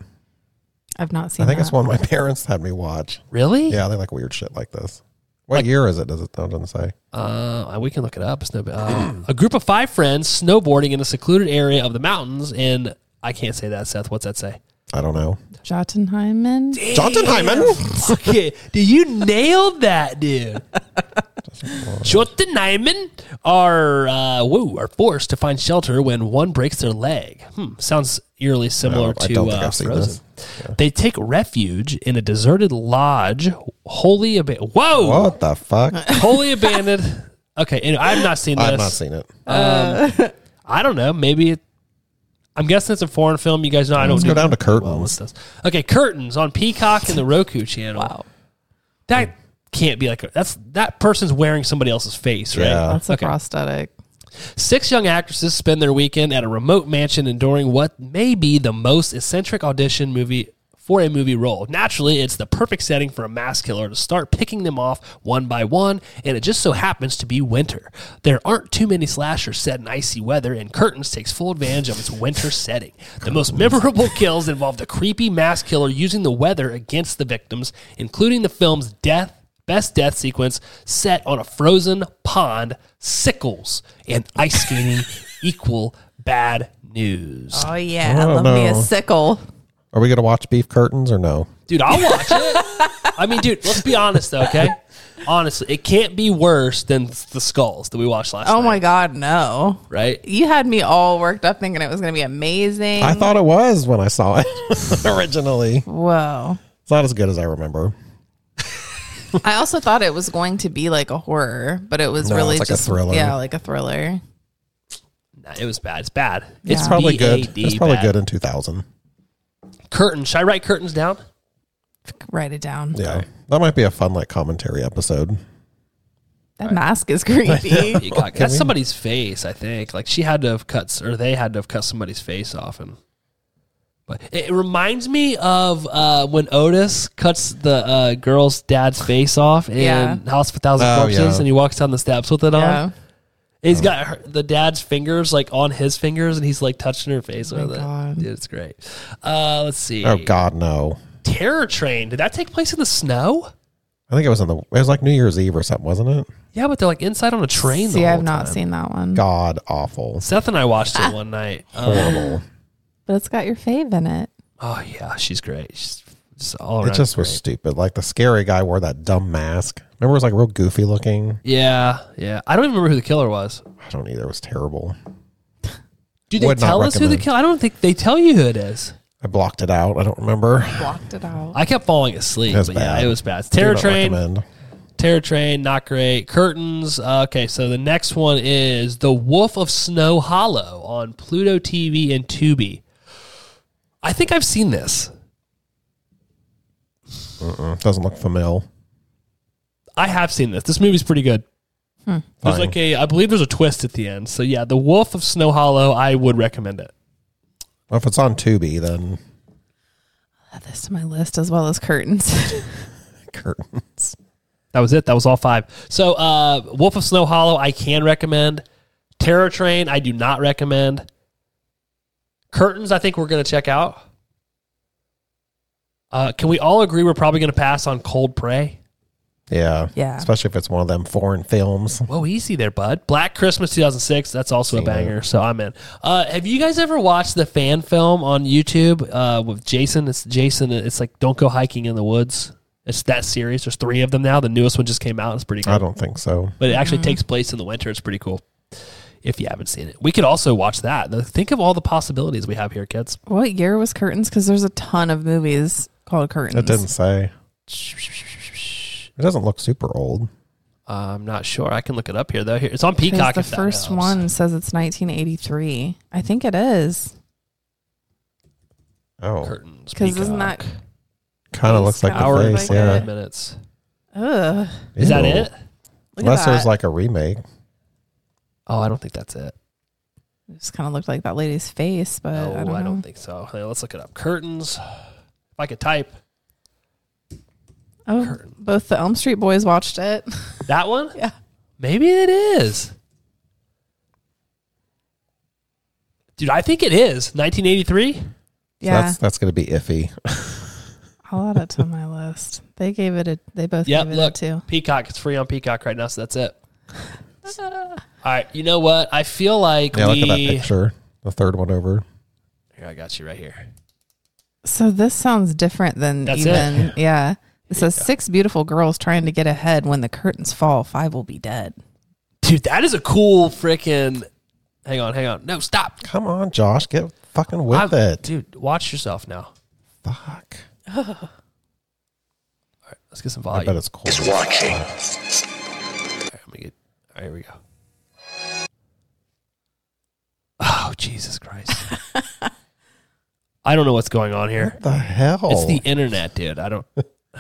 I've not seen I think that. it's one my parents had me watch. Really? Yeah, they like weird shit like this. What year is it? Does it? No, it doesn't say. Uh, we can look it up. It's no, uh, a group of five friends snowboarding in a secluded area of the mountains in. I can't say that, Seth. What's that say? I don't know. Jotunheimen. Jonathan Hyman. okay, dude, you nailed that, dude. Jotunheimen are uh, woo are forced to find shelter when one breaks their leg. Hmm, sounds eerily similar No, I to don't think uh, I've seen Frozen. They take refuge in a deserted lodge, wholly abandoned. Whoa, What the fuck? wholly abandoned. Okay, and I've not seen this. I've not seen it. I don't know. Maybe it, I'm guessing it's a foreign film. You guys know I don't Let's go do down to well with curtains. this. Okay, curtains on Peacock and the Roku channel. Wow, that can't be like a, that's that person's wearing somebody else's face, right? Yeah. That's a prosthetic. Six young actresses spend their weekend at a remote mansion enduring what may be the most eccentric audition movie for a movie role. Naturally, it's the perfect setting for a mass killer to start picking them off one by one, and it just so happens to be winter. There aren't too many slashers set in icy weather, and Curtains takes full advantage of its winter setting. The most memorable kills involve the creepy mass killer using the weather against the victims, including the film's death best death sequence set on a frozen pond, sickles, and ice skating equal bad news. Oh yeah. I I don't love me a know. sickle. Are we gonna watch Beef Curtains or no? Dude, I'll watch it. I mean, dude, let's be honest though, okay? Honestly, it can't be worse than the skulls that we watched last Oh night, my god, no. right? You had me all worked up thinking it was going to be amazing. I thought it was when I saw it originally. Whoa. It's not as good as I remember. I also thought it was going to be like a horror, but it was No, really it's like a just thriller. Yeah, like a thriller. Nah, it was bad. It's bad. It's probably B good. A D It's probably bad. good in 2000. Curtains. Should I write curtains down? Write it down. Yeah. That might be a fun like commentary episode. That mask is creepy. You got- that's somebody's face, I think. Like she had to have cut, or they had to have cut somebody's face off, and but it reminds me of uh, when Otis cuts the uh, girl's dad's face off in Yeah. House of a Thousand Oh, Corpses, yeah. Oh. and he walks down the steps with it Yeah. on. He's got her, the dad's fingers like on his fingers, and he's like touching her face Oh with it. Dude, it's great. Uh, let's see. Oh god, no. Terror Train. Did that take place in the snow? I think it was on the it was like New Year's Eve or something, wasn't it? Yeah, but they're like inside on a train. See, the I've whole not time. seen that one. God awful. Seth and I watched it one night. Um, Horrible. But it's got your fave in it. Oh yeah, she's great. She's just all it around just was great. stupid. Like the scary guy wore that dumb mask. Remember it was like real goofy looking? Yeah, yeah. I don't even remember who the killer was. I don't either. It was terrible. Do they Would not tell us who the recommend. killer? I don't think they tell you who it is. I blocked it out. I don't remember. Blocked it out. I kept falling asleep. It was but bad. yeah, it was bad. It's Do Terror not Train. recommend. Terror Train, not great. Curtains. Uh, okay, so the next one is The Wolf of Snow Hollow on Pluto TV and Tubi. I think I've seen this. Mm-mm. Doesn't look familiar. I have seen this. This movie's pretty good. There's Fine. like a, I believe there's a twist at the end. So yeah, The Wolf of Snow Hollow. I would recommend it. Well, if it's on Tubi, then Add this to my list as well as curtains. curtains. That was it. That was all five. So, uh, Wolf of Snow Hollow, I can recommend. Terror Train, I do not recommend. Curtains, I think we're going to check out. Uh, can we all agree we're probably going to pass on Cold Prey? Yeah. Yeah. Especially if it's one of them foreign films. Whoa, easy there, bud. Black Christmas 2006, that's also a Seen it. banger, so I'm in. Uh, have you guys ever watched the fan film on YouTube uh, with Jason? It's Jason, it's like Don't Go Hiking in the Woods. It's that series. There's three of them now. The newest one just came out. It's pretty good. I don't think so. but it Mm-hmm. actually takes place in the winter. It's pretty cool. If you haven't seen it, we could also watch that. Though, Think of all the possibilities we have here, kids. what year was curtains? Because there's a ton of movies called curtains. It didn't say. It doesn't look super old. I'm not sure. I can look it up here though. Here, it's on Peacock. The if that first helps. one says it's 1983. I think it is. Oh, curtains. 'Cause isn't that- Peacock. kind of looks like hour the and face. like twenty-nine yeah. that. minutes? Ugh. Is that Ew. it? Look Unless at there's that. like a remake. Oh, I don't think that's it. It just kind of looked like that lady's face, but No, I don't, know. think so. Hey, let's look it up. Curtains. If I could type Oh, Curtain. both the Elm Street Boys watched it. that one, yeah. maybe it is. Dude, I think it is 1983. So Yeah. That's that's gonna be iffy. I'll add it to my list. They gave it a. They both Yep, gave it look, a two. Peacock. It's free on Peacock right now, so that's it. All right, you know what? I feel like Yeah, we. look at that picture. The third one over. Here, I got you right here. So this sounds different than That's even. Yeah. It says six beautiful girls trying to get ahead. When the curtains fall, five will be dead. Dude, that is a cool freaking. Hang on, hang on. No, stop. Come on, Josh, get fucking with I'm- it. Dude, watch yourself now. Fuck. Let's get some I volume. bet it's cold. watching. All right, I'm gonna get, all right, here we go. Oh, Jesus Christ. I don't know what's going on here. What the hell? It's the internet, dude. I don't.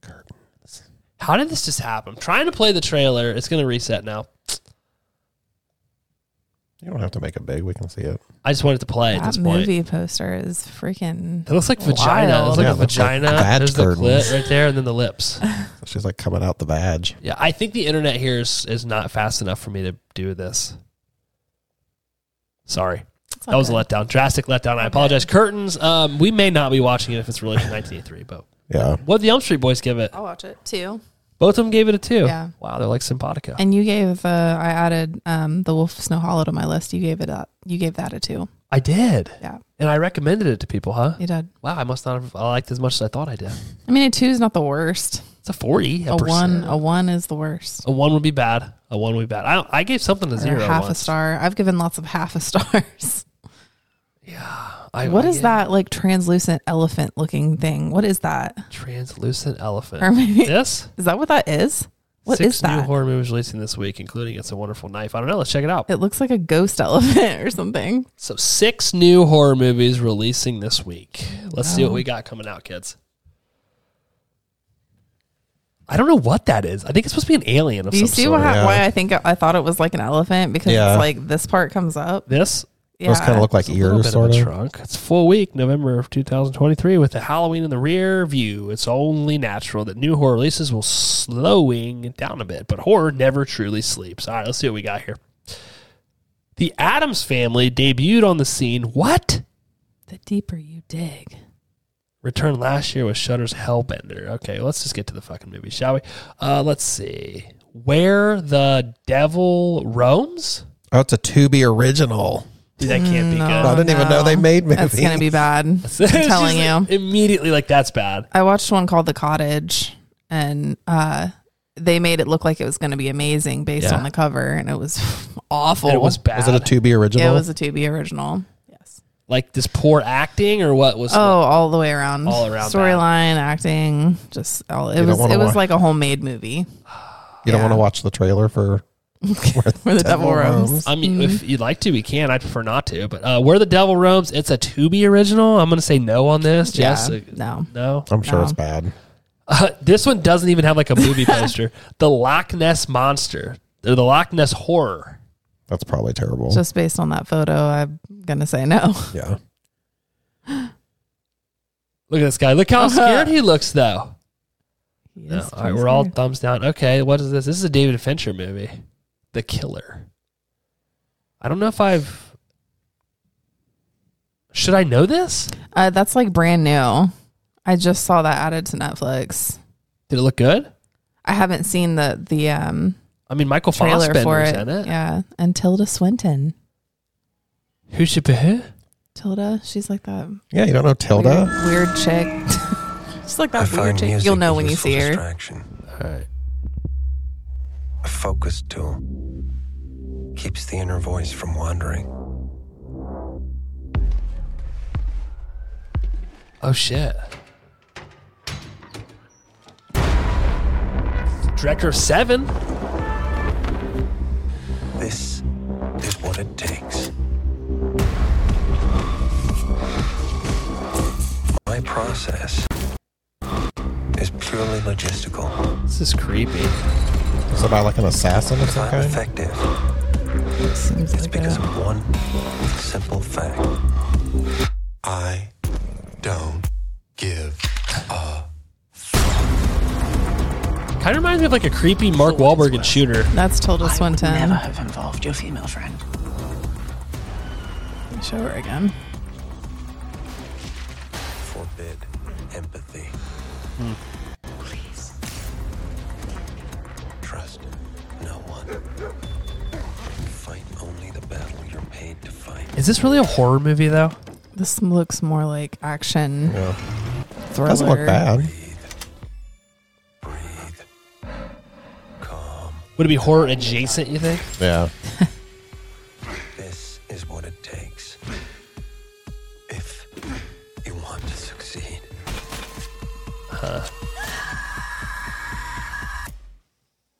curtains. How did this just happen? I'm trying to play the trailer. It's going to reset now. You don't have to make it big. We can see it. I just wanted to play at That this point. movie poster is freaking. It looks like vagina. It's like Yeah, a it looks like vagina. badge There's the curtains. clit right there, and then the lips. She's like coming out the badge. yeah, I think the internet here is is not fast enough for me to do this. Sorry, It's that was a okay. letdown. Drastic letdown. I apologize. Curtains. Um, we may not be watching it if it's really from 1983, but Yeah. what the Elm Street Boys give it? I'll watch it too. Both of them gave it a two. Yeah. Wow, they're like simpatico. And you gave uh, I added um, the Wolf of Snow Hollow to my list. You gave it a, You gave that a two. I I did. Yeah. And I recommended it to people, huh? You did. Wow, I must not have I liked it as much as I thought I did. I mean, a two is not the worst. It's a 40. A, one. A one is the worst. A one would be bad. A one would be bad. I, I gave something a Or Oh, zero. half a once. star. I've given lots of half a stars. I- what I is gave that like translucent elephant looking thing? What is that? Translucent elephant. Or maybe- This? Is that what that is? What is Six new that? horror movies releasing this week, including It's a Wonderful Knife. I don't know. Let's check it out. It looks like a ghost elephant or something. So six new horror movies releasing this week. Let's see what we got coming out, kids. I don't know what that is. I think it's supposed to be an alien. Of Do you some see sort. why, why I think I thought it was like an elephant because Yeah. it's like this part comes up. This yeah. It's a little bit a trunk. It's full week, November of 2023, with the Halloween in the rear view. It's only natural that new horror releases will slowing down a bit, but horror never truly sleeps. All right, let's see what we got here. The Adams Family debuted on the scene. What? The deeper you dig. Returned last year with Shutter's Hellbender. Okay, let's just get to the fucking movie, shall we? Uh, let's see. Where the Devil Roams? Oh, it's a Tubi original. Dude, that can't be good. I didn't even know they made movies. That's gonna be bad. I'm She's telling you. like, Immediately, like, that's bad. I watched one called The Cottage, and uh, they made it look like it was going to be amazing based Yeah. on the cover, and it was awful. It was bad. Oh, Was it a Tubi original? It was a Tubi original. like this poor acting or what was oh, all the way around. All around storyline, acting, just all. It You don't was. wanna It was watch- like a homemade movie. You don't want to watch the trailer for Where the devil roams. I mean, mm-hmm. if you'd like to, we can. I prefer not to. But uh, where the devil roams, it's a Tubi original. I'm going to say no on this. Yeah, Jess, uh, no. no. I'm sure it's bad. Uh, this one doesn't even have like a movie poster. the Loch Ness monster or the Loch Ness horror. That's probably terrible. Just based on that photo, I'm gonna say no. yeah. Look at this guy. Look Uh-huh. how scared he looks, though. No. is All right, pretty we're all scared. thumbs down. Okay, what is this? This is a David Fincher movie, The Killer. I don't know if I've. Should I know this? Uh, that's like brand new. I just saw that added to Netflix. Did it look good? I haven't seen the the um I mean, Michael trailer for Fassbender's it. in it. Yeah, and Tilda Swinton. Who should be who? Tilda, she's like that Yeah, you don't know Tilda? weird chick. she's like that weird chick. You'll know when you see her. All right. A focus tool keeps the inner voice from wandering. Oh shit. Director of Seven. This is what it takes. My process is purely logistical. This is creepy. It's about like an assassin of It's some not kind. effective. it's because of one simple fact. I don't give a Kind of reminds me of like a creepy Mark Wahlberg and Shooter. That's Tilda Swinton. Never have involved your female friend. Show her again. forbid empathy. Please. Trust no one. Fight only the battle you're paid to fight. Is this really a horror movie though? This looks more like action. Thriller. Doesn't look bad. Would it be horror adjacent? You think? Yeah. This is what it takes. If you want to succeed. Huh.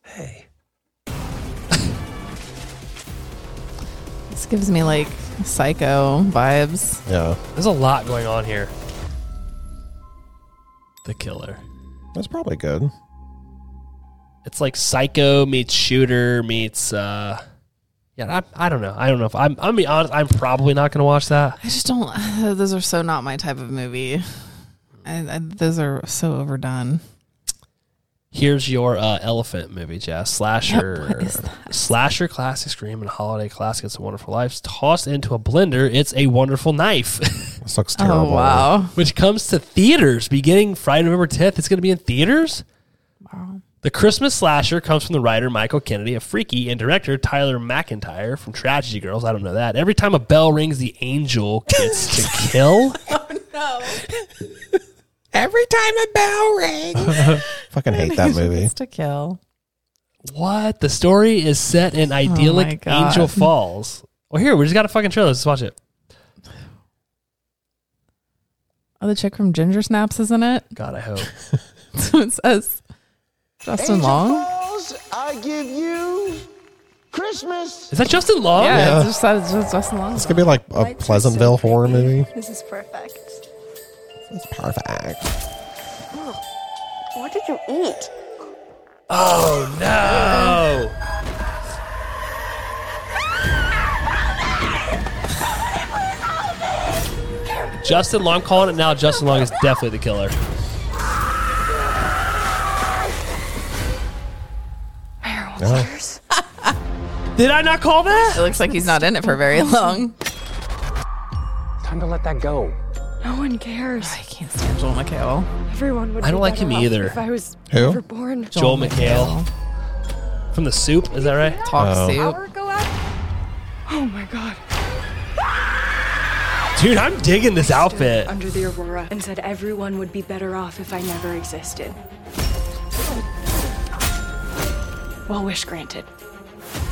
Hey. This gives me like psycho vibes. Yeah. There's a lot going on here. The killer. That's probably good. It's like Psycho meets Shooter meets. uh Yeah, I, I don't know. I don't know if I'm. I'm be honest. I'm probably not going to watch that. I just don't. those are so not my type of movie. I, I, those are so overdone. Here's your uh, elephant movie, Jess. Slasher. Slasher classic scream and holiday classic It's a Wonderful Life. Tossed into a blender, it's a wonderful knife. this looks terrible. Oh, wow. Which comes to theaters beginning Friday, November 10th. It's going to be in theaters? Wow. The Christmas slasher comes from the writer Michael Kennedy of Freaky and director Tyler McIntyre from Tragedy Girls. I don't know that. Every time a bell rings, the angel gets to kill. Every time a bell rings. Fucking hate that movie. to kill. What? The story is set in idyllic God. Angel Falls. Well, here, we just got a fucking trailer. Let's watch it. Oh, the chick from Ginger Snaps, isn't it? God, I hope. That's what it says. Justin Angel Long. Falls, I give you Christmas. Is that Justin Long? Yeah, Yeah. It's, just, it's just Justin Long. This could be like a Pleasantville horror movie. This is perfect. It's perfect. What did you eat? Oh no! Justin Long calling it now. Justin Long is definitely the killer. Did I not call that? It looks like he's not in it for very long. Time to let that go. No one cares. I can't stand Joel McHale. Everyone would. I don't be like better him off either. If I was Who? ever born. Joel, McHale. from the Soup. Is that right? Talk Oh. soup. Oh my god. Dude, I'm digging this outfit. Under the aurora, and said everyone would be better off if I never existed. Well, wish granted.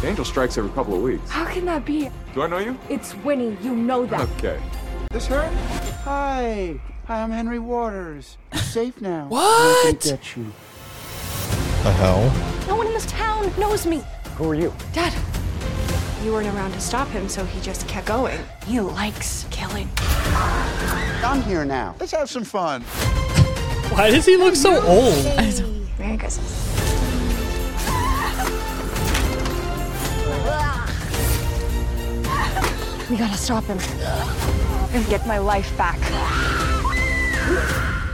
Angel strikes every couple of weeks. How can that be? Do I know you? It's Winnie. You know that. Okay. This her? Hi. Hi, I'm Henry Waters. Safe now. What? They get you. The hell? No one in this town knows me. Who are you? Dad, you weren't around to stop him, so he just kept going. He likes killing. I'm here now. Let's have some fun. Why does he look so old? Merry Christmas. We gotta stop him and get my life back.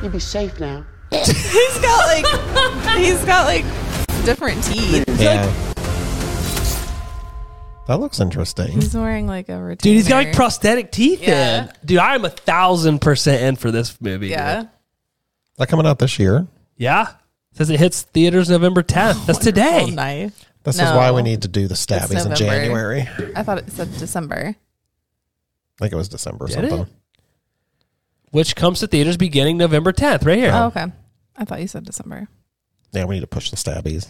You'd be safe now. he's got like he's got like different teeth. Yeah. That looks interesting. He's wearing like a retainer. Dude, he's got like prosthetic teeth Yeah. in. Dude, I'm a thousand percent in for this movie. dude. Yeah. That coming out this year. Yeah. Says it hits theaters November 10th. That's Wonderful today. Knife. This is No. why we need to do the stabbies in November. January. I I thought it said December. think it was December or Did something. it? Which comes to theaters beginning November 10th, right here. Oh, okay. I thought you said December. Yeah, we need to push the stabbies.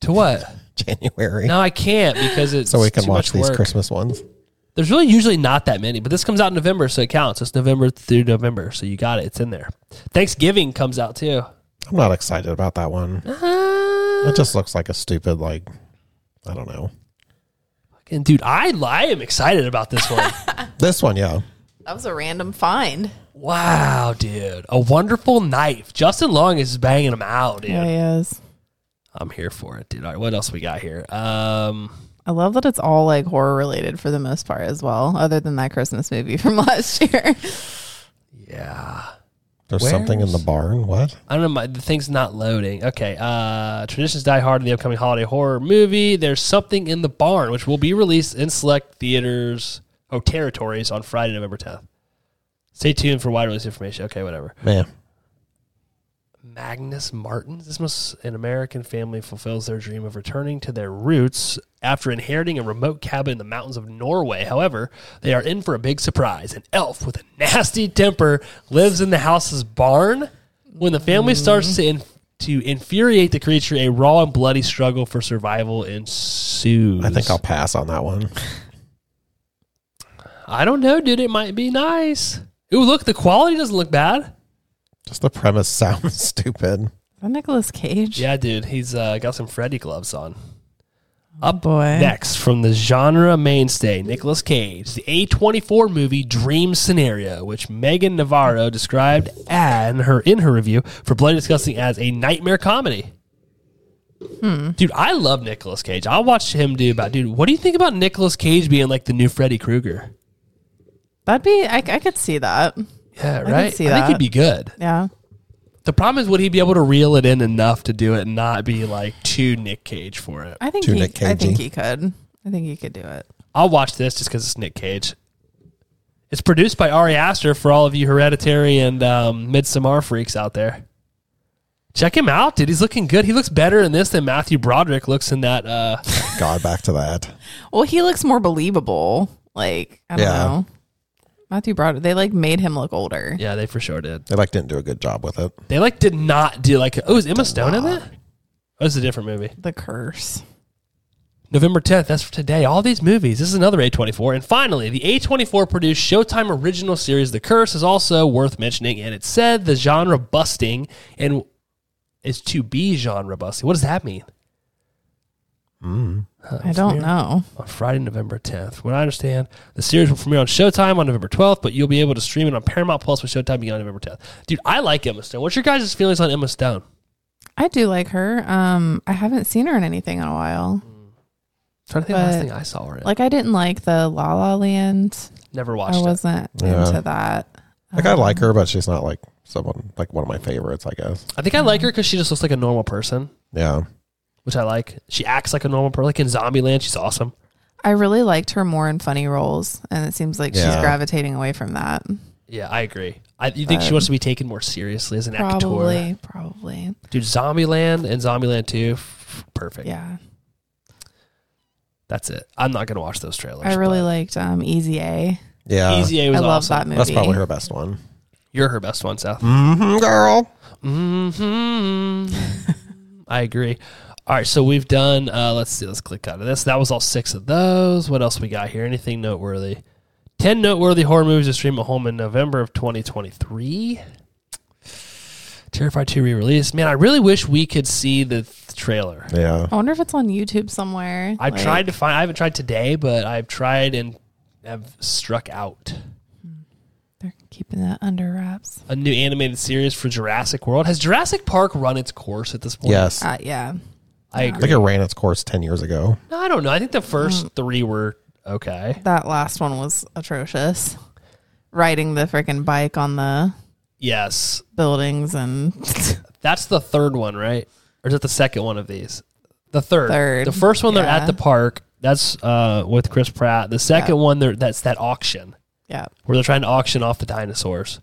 To what? January. No, I can't because it's so we can too watch much these work. Christmas ones. There's really usually not that many, but this comes out in November, so it counts. It's November through November, so you got it. It's in there. Thanksgiving comes out too. I'm not excited about that one. Uh-huh. it just looks like a stupid, like, I don't know. And dude, I I am excited about this one. This one, yeah. That was a random find. wow, dude, a wonderful knife. Justin Long is banging them out, dude. Yeah, he is. I'm here for it, dude. All right, what else we got here? Um, I love that it's all like horror related for the most part as well, other than that Christmas movie from last year. yeah, There's something in the Where's- barn. What? I don't know. My, the thing's not loading. Okay. Uh, traditions die hard in the upcoming holiday horror movie. There's something in the barn, which will be released in select theaters or territories on Friday, November 10th. Stay tuned for wide release information. Okay, whatever. Man. Magnus Martins. This must an American family fulfills their dream of returning to their roots after inheriting a remote cabin in the mountains of Norway. However, they are in for a big surprise. An elf with a nasty temper lives in the house's barn. When the Mm-hmm. family starts to in, to infuriate the creature, a raw and bloody struggle for survival ensues. I think I'll pass on that one. I don't know, dude. It might be nice. Ooh, look, the quality doesn't look bad. Just the premise sounds stupid. Nicholas Cage. Yeah, dude. He's uh, got some Freddy gloves on. Oh boy. Next, from the genre mainstay, Nicolas Cage, the A24 movie Dream Scenario, which Megan Navarro described and her in her review for Bloody Disgusting as a nightmare comedy. Dude, I love Nicolas Cage. I'll watch him do about dude, what do you think about Nicolas Cage being like the new Freddy Krueger? That'd be I, I could see that. Yeah, could right? see I think that. he'd be good. Yeah. The problem is would he be able to reel it in enough to do it and not be like too Nick Cage for it? I think Too he, Nick I think Cagey. he could. I think he could do it. I'll watch this just because it's Nick Cage. It's produced by Ari Aster for all of you Hereditary and um, Midsommar freaks out there. Check him out, dude. He's looking good. He looks better in this than Matthew Broderick looks in that. Uh, God, back to that. Well, he looks more believable. Like I don't Yeah. know. Matthew Broderick. They like made him look older. Yeah, they for sure did. They like didn't do a good job with it. They like did not do like. Oh, is Emma Stone in it? Oh, it's a different movie. The Curse. November 10th, that's for today. All these movies. This is another A24. And finally, the A24 produced Showtime original series The Curse is also worth mentioning. And it said the genre busting and is to be genre busting. What does that mean? Mm. Oh, I don't know. On Friday, November 10th. What I understand, the series will premiere on Showtime on November 12th, but you'll be able to stream it on Paramount Plus with Showtime beginning on November 10th. Dude, I like Emma Stone. What's your guys' feelings on Emma Stone? I do like her. Um, I haven't seen her in anything in a while. trying to think of the last thing I saw her in. Like I didn't like the La La Land. Never watched I it. wasn't Yeah. into that. Um, Like Uh-huh. I like her, but she's not like someone like one of my favorites. I guess. I think I like her because she just looks like a normal person, Yeah. which I like. She acts like a normal person. Like in Zombieland, she's awesome. I really liked her more in funny roles, and it seems like she's Yeah. gravitating away from that. Yeah, I agree. I you think she But- wants to be taken more seriously as an Um, probably, actor. probably. Dude, Zombieland and Zombieland 2, f- perfect. Yeah. That's it. I'm not going to watch those trailers. I really liked um, Easy A. Yeah. Easy A was I love awesome. that movie. That's probably her best one. You're her best one, Seth. Mm-hmm, girl. Mm-hmm. I agree. All right, so we've done. Uh, let's see. Let's click out of this. That was all six of those. What else we got here? Anything noteworthy? Ten noteworthy horror movies to stream at home in November of 2023. Terrified 2 re-release. Man, I really wish we could see the th- trailer. Yeah. I wonder if it's on YouTube somewhere. I've Like, tried to find. I haven't tried today, but I've tried and have struck out. keeping that under wraps. A new animated series for Jurassic World. Has Jurassic Park run its course at this point? Yes. Uh, yeah. I I agree. think it ran its course ten years ago. No, I don't know. I think the Hmm. first three were okay. That last one was atrocious. Riding the freaking bike on the Yes. buildings and That's the third one, right? Or is it the second one of these? The third. Third, The first one they're yeah. at the park. That's uh, with Chris Pratt. The second one they're that's that auction. Yeah. Where they're trying to auction off the dinosaurs.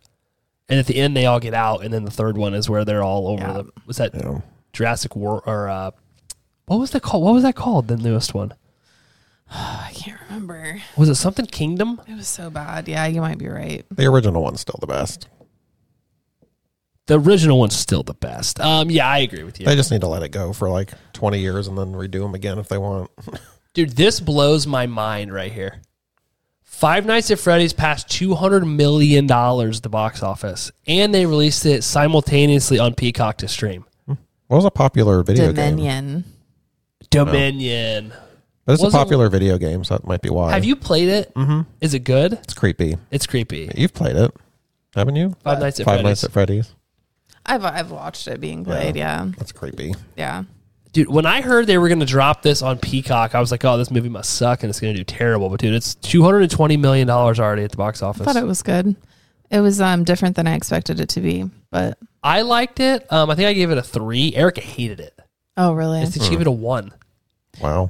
And at the end they all get out and then the third one is where they're all over the was that Jurassic War or uh, what was the call what was that called, the newest one? I can't remember. Was it something Kingdom? It was so bad. Yeah, you might be right. The original one's still the best. The original one's still the best. Um, yeah, I agree with you. They just need to let it go for like twenty years and then redo them again if they want. Dude, this blows my mind right here. Five Nights at Freddy's passed $200 million at the box office, and they released it simultaneously on Peacock to stream. What was a popular video game? Dominion. Dominion. But it's a Wasn't- popular video game, so that might be why. Have you played it? Mhm. Is it good? It's creepy. It's creepy. You've played it, haven't you? Five Nights at Five Nights Freddy's. at Freddy's. I've I've watched it being played. Yeah. That's creepy. Yeah. Dude, when I heard they were going to drop this on Peacock, I was like, oh, this movie must suck and it's going to do terrible. But, dude, it's $220 million already at the box I office. thought it was good. It was um different than I expected it to be, but I liked it. Um, I think I gave it a three. Erica hated it. oh really? I think she gave it a one. Wow.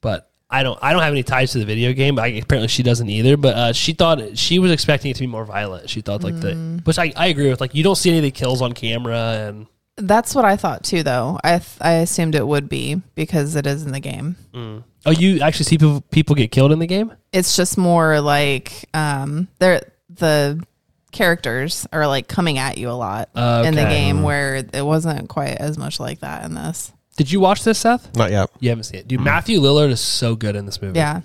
but I don't I don't have any ties to the video game. but I, apparently, she doesn't either. But uh, she thought she was expecting it to be more violent. She thought like Mm. the which I, I agree with. Like you don't see any of the kills on camera, and That's what I thought too, though. I th- I assumed it would be because it is in the game. oh, you actually see people people get killed in the game. It's just more like um they're the characters are like coming at you a lot in the Ah, Okay. Mm-hmm. game where it wasn't quite as much like that in this. Did you watch this, Seth? Not yet. You haven't seen it, dude. Matthew Lillard is so good in this movie. Yeah.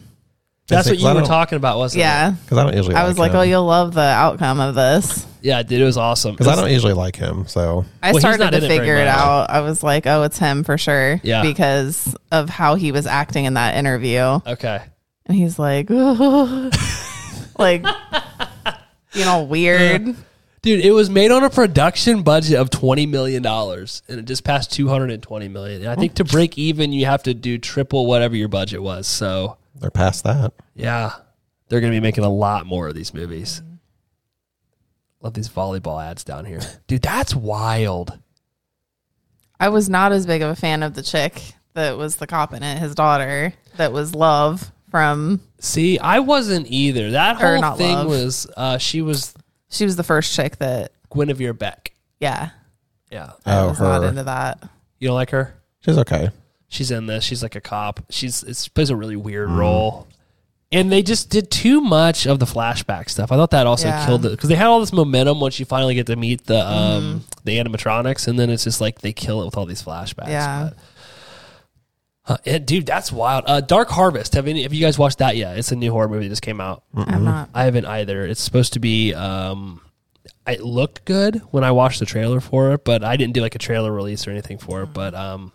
that's Mm. Is what it- 'cause I you were don't- talking about, wasn't it? Yeah. 'Cause I don't usually I like was like, him. oh, you'll love the outcome of this. Yeah, dude, it was awesome. Because I don't usually like him, so I Well, he's started not to in it very figure it, much. out. I was like, oh, it's him for sure. Yeah. Because of how he was acting in that interview. Okay. And he's like, like, you know, weird. Dude, it was made on a production budget of twenty million dollars, and it just passed two hundred and twenty million. And I think to Oh. break even, you have to do triple whatever your budget was. So they're past that. Yeah. They're going to be making a lot more of these movies. Love these volleyball ads down here. Dude, that's wild. I was not as big of a fan of the chick that was the cop in it, his daughter, that was Love from, See, I wasn't either. That Or whole not thing love. was uh, she was she was the first chick that, Guinevere Beck. yeah. Yeah. Oh, was not her. into that. You don't like her? She's okay. She's in this. She's like a cop. She's it's, plays a really weird role. And they just did too much of the flashback stuff. I thought that also Yeah. killed it because they had all this momentum once you finally get to meet the um, Mm-hmm. the animatronics, and then it's just like they kill it with all these flashbacks. Yeah. Huh, and dude, that's wild. Uh, Dark Harvest. Have any? Have you guys watched that yet? It's a new horror movie that just came out. Mm. I've Mm-hmm. not. I haven't either. It's supposed to be. Um, it looked good when I watched the trailer for it, but I didn't do like a trailer release or anything for it. But um,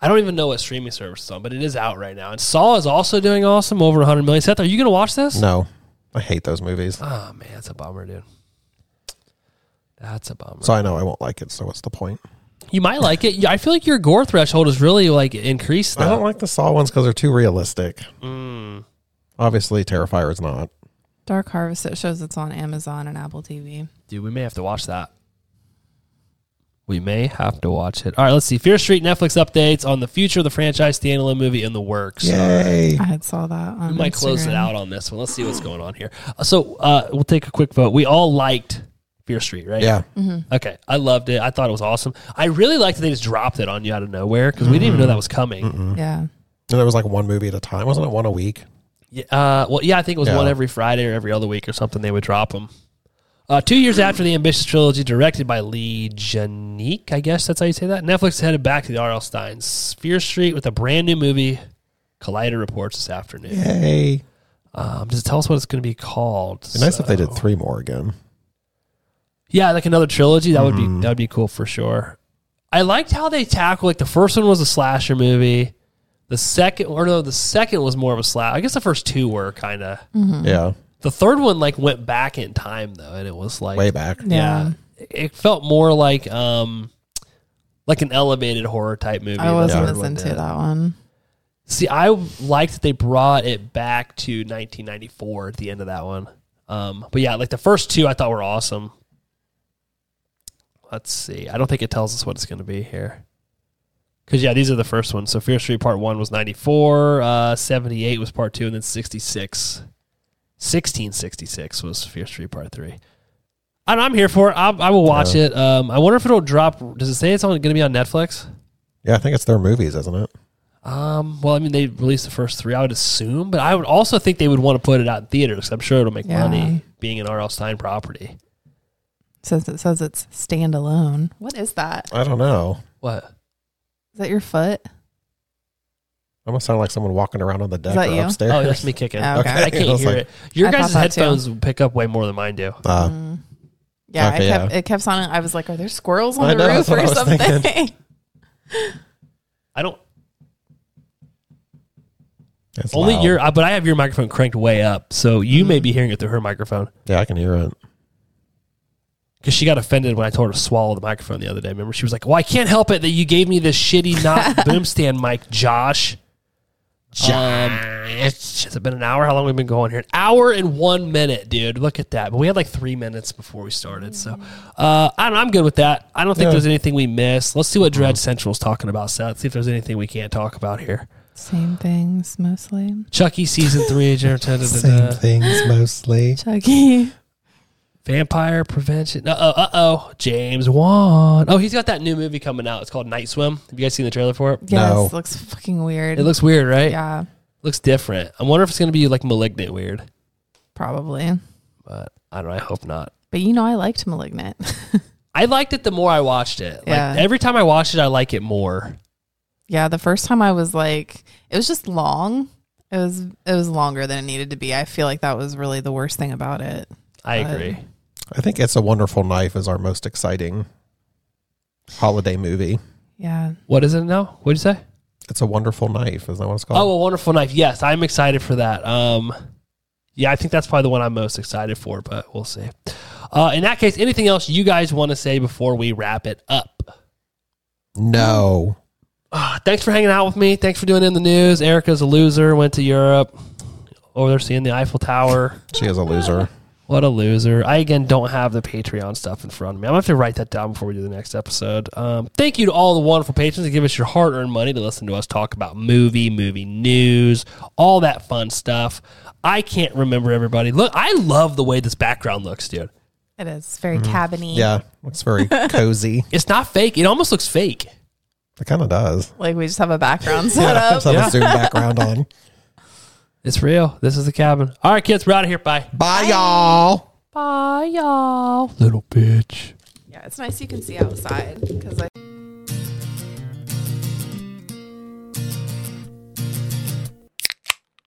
I don't even know what streaming service it's on, but it is out right now. And Saw is also doing awesome, over 100 million. Seth, are you going to watch this? No, I hate those movies. Oh man, that's a bummer, dude. That's a bummer. So I know I won't like it. So what's the point? You might like it. Yeah, I feel like your gore threshold is really like increased. I though. don't like the Saw ones because they're too realistic. Mm. Obviously, Terrifier is not. Dark Harvest. It shows it's on Amazon and Apple TV. Dude, we may have to watch that. We may have to watch it. All right, let's see. Fear Street Netflix updates on the future of the franchise standalone movie in the works. Yay. I had saw that. On We might close it Instagram. out on this one. Let's see what's going on here. Uh, So uh, we'll take a quick vote. We all liked Fear Street, right? Yeah. Mhm. Okay. I loved it. I thought it was awesome. I really liked that they just dropped it on you out of nowhere because we didn't even know that was coming. Yeah. And there was like one movie at a time, wasn't it? One a week. Yeah, uh, well, yeah, I think it was Yeah. one every Friday or every other week or something. They would drop them. Uh, two years after the ambitious trilogy, directed by Lee Janik, I guess that's how you say that. Netflix headed back to the R.L. Stein's Fear Street with a brand new movie. Collider reports this afternoon. Yay! Um, just tell us what it's going to be called. It'd be nice if they did three more again. Yeah, like another trilogy. That would be Mhm. that would be cool for sure. I liked how they tackled like the first one was a slasher movie. The second or no, the second was more of a slash. I guess the first two were kind of. Mhm. Yeah, The third one like went back in time though, and it was like way back. Yeah. It felt more like um like an elevated horror type movie. I the wasn't third as one into did. that one. See, I liked that they brought it back to 1994 at the end of that one. Um, but yeah, like the first two, I thought were awesome. Let's see. I don't think it tells us what it's going to be here. Because yeah, these are the first ones. So Fear Street Part One was 94, uh, 78 was Part Two, and then 66, 1666 was Fear Street Part Three. And I'm here for it. I, I will watch Yeah. it. Um, I wonder if it'll drop. Does it say it's only going to be on Netflix? Yeah, I think it's their movies, isn't it? Um, well, I mean, they released the first three, I would assume, but I would also think they would want to put it out in theaters 'cause I'm sure it'll make Yeah. money being an R.L. Stein property. Since it says it's standalone. What is that? I don't know. What? Is that your foot? I almost sound like someone walking around on the deck that or you? upstairs. Oh, that's me kicking. Okay. Okay. I can't I was hear like- it. Your I guys' thought that too. headphones pick up way more than mine do. Uh, Mm. Yeah, Okay, I kept, yeah. it kept sounding. I was like, "Are there squirrels on I the know, roof that's what I or was something?" thinking. I don't. it's only loud. your, uh, but I have your microphone cranked way up, so you Mm. may be hearing it through her microphone Yeah, I can hear it. because she got offended when I told her to swallow the microphone the other day. Remember, she was like, "Well, I can't help it that you gave me this shitty not boom stand mic, Josh." Um, it's, has it been an hour? How long have we been going here? An hour and one minute, dude. Look at that. But we had like three minutes before we started. So uh, I don't, I'm good with that. I don't think Yeah. Mm-hmm. there's anything we missed. Let's see what Dread Central's talking about, Seth. See if there's anything we can't talk about here. Same things mostly. Chucky season three. da- da- da- da- Same da. things mostly. Chucky. Vampire prevention. Uh oh. Uh oh. James Wan. Oh, he's got that new movie coming out. It's called Night Swim. Have you guys seen the trailer for it? Yes, No. looks fucking weird. It looks weird, right? Yeah, Looks different. I wonder if it's going to be like malignant weird, probably. but I don't know. I hope not. But you know, I liked Malignant. I liked it the more I watched it. Like Yeah. every time I watch it, I like it more. yeah, the first time I was like, it was just long. It was it was longer than it needed to be. I feel like that was really the worst thing about it. I But- agree. I think It's a Wonderful Knife is our most exciting holiday movie. Yeah, What is it now? What'd you say? It's a Wonderful Knife. Is that what it's Oh, called? a wonderful knife. Yes, I'm excited for that. Um, yeah, I think that's probably the one I'm most excited for, but we'll see. Uh, in that case, anything else you guys want to say before we wrap it up? Oh. no. Uh, thanks for hanging out with me. Thanks for doing in the news. Erica's a loser. Went to Europe. Over there, seeing the Eiffel Tower. She is a loser. What a loser. I again don't have the Patreon stuff in front of me. I'm gonna have to write that down before we do the next episode. Um, thank you to all the wonderful patrons that give us your hard earned money to listen to us talk about movie, movie news, all that fun stuff. I can't remember everybody. Look, I love the way this background looks, dude. It is very Mhm. cabiny. Yeah, looks very cozy. It's not fake. It almost looks fake. It kind of does. Like we just have a background Oh, Yeah, set up. just have a Zoom background on. It's real. This is the cabin. All right, kids, we're out of here. Bye. Bye, y'all. Bye, y'all. Little bitch. Yeah, it's nice you can see outside because I.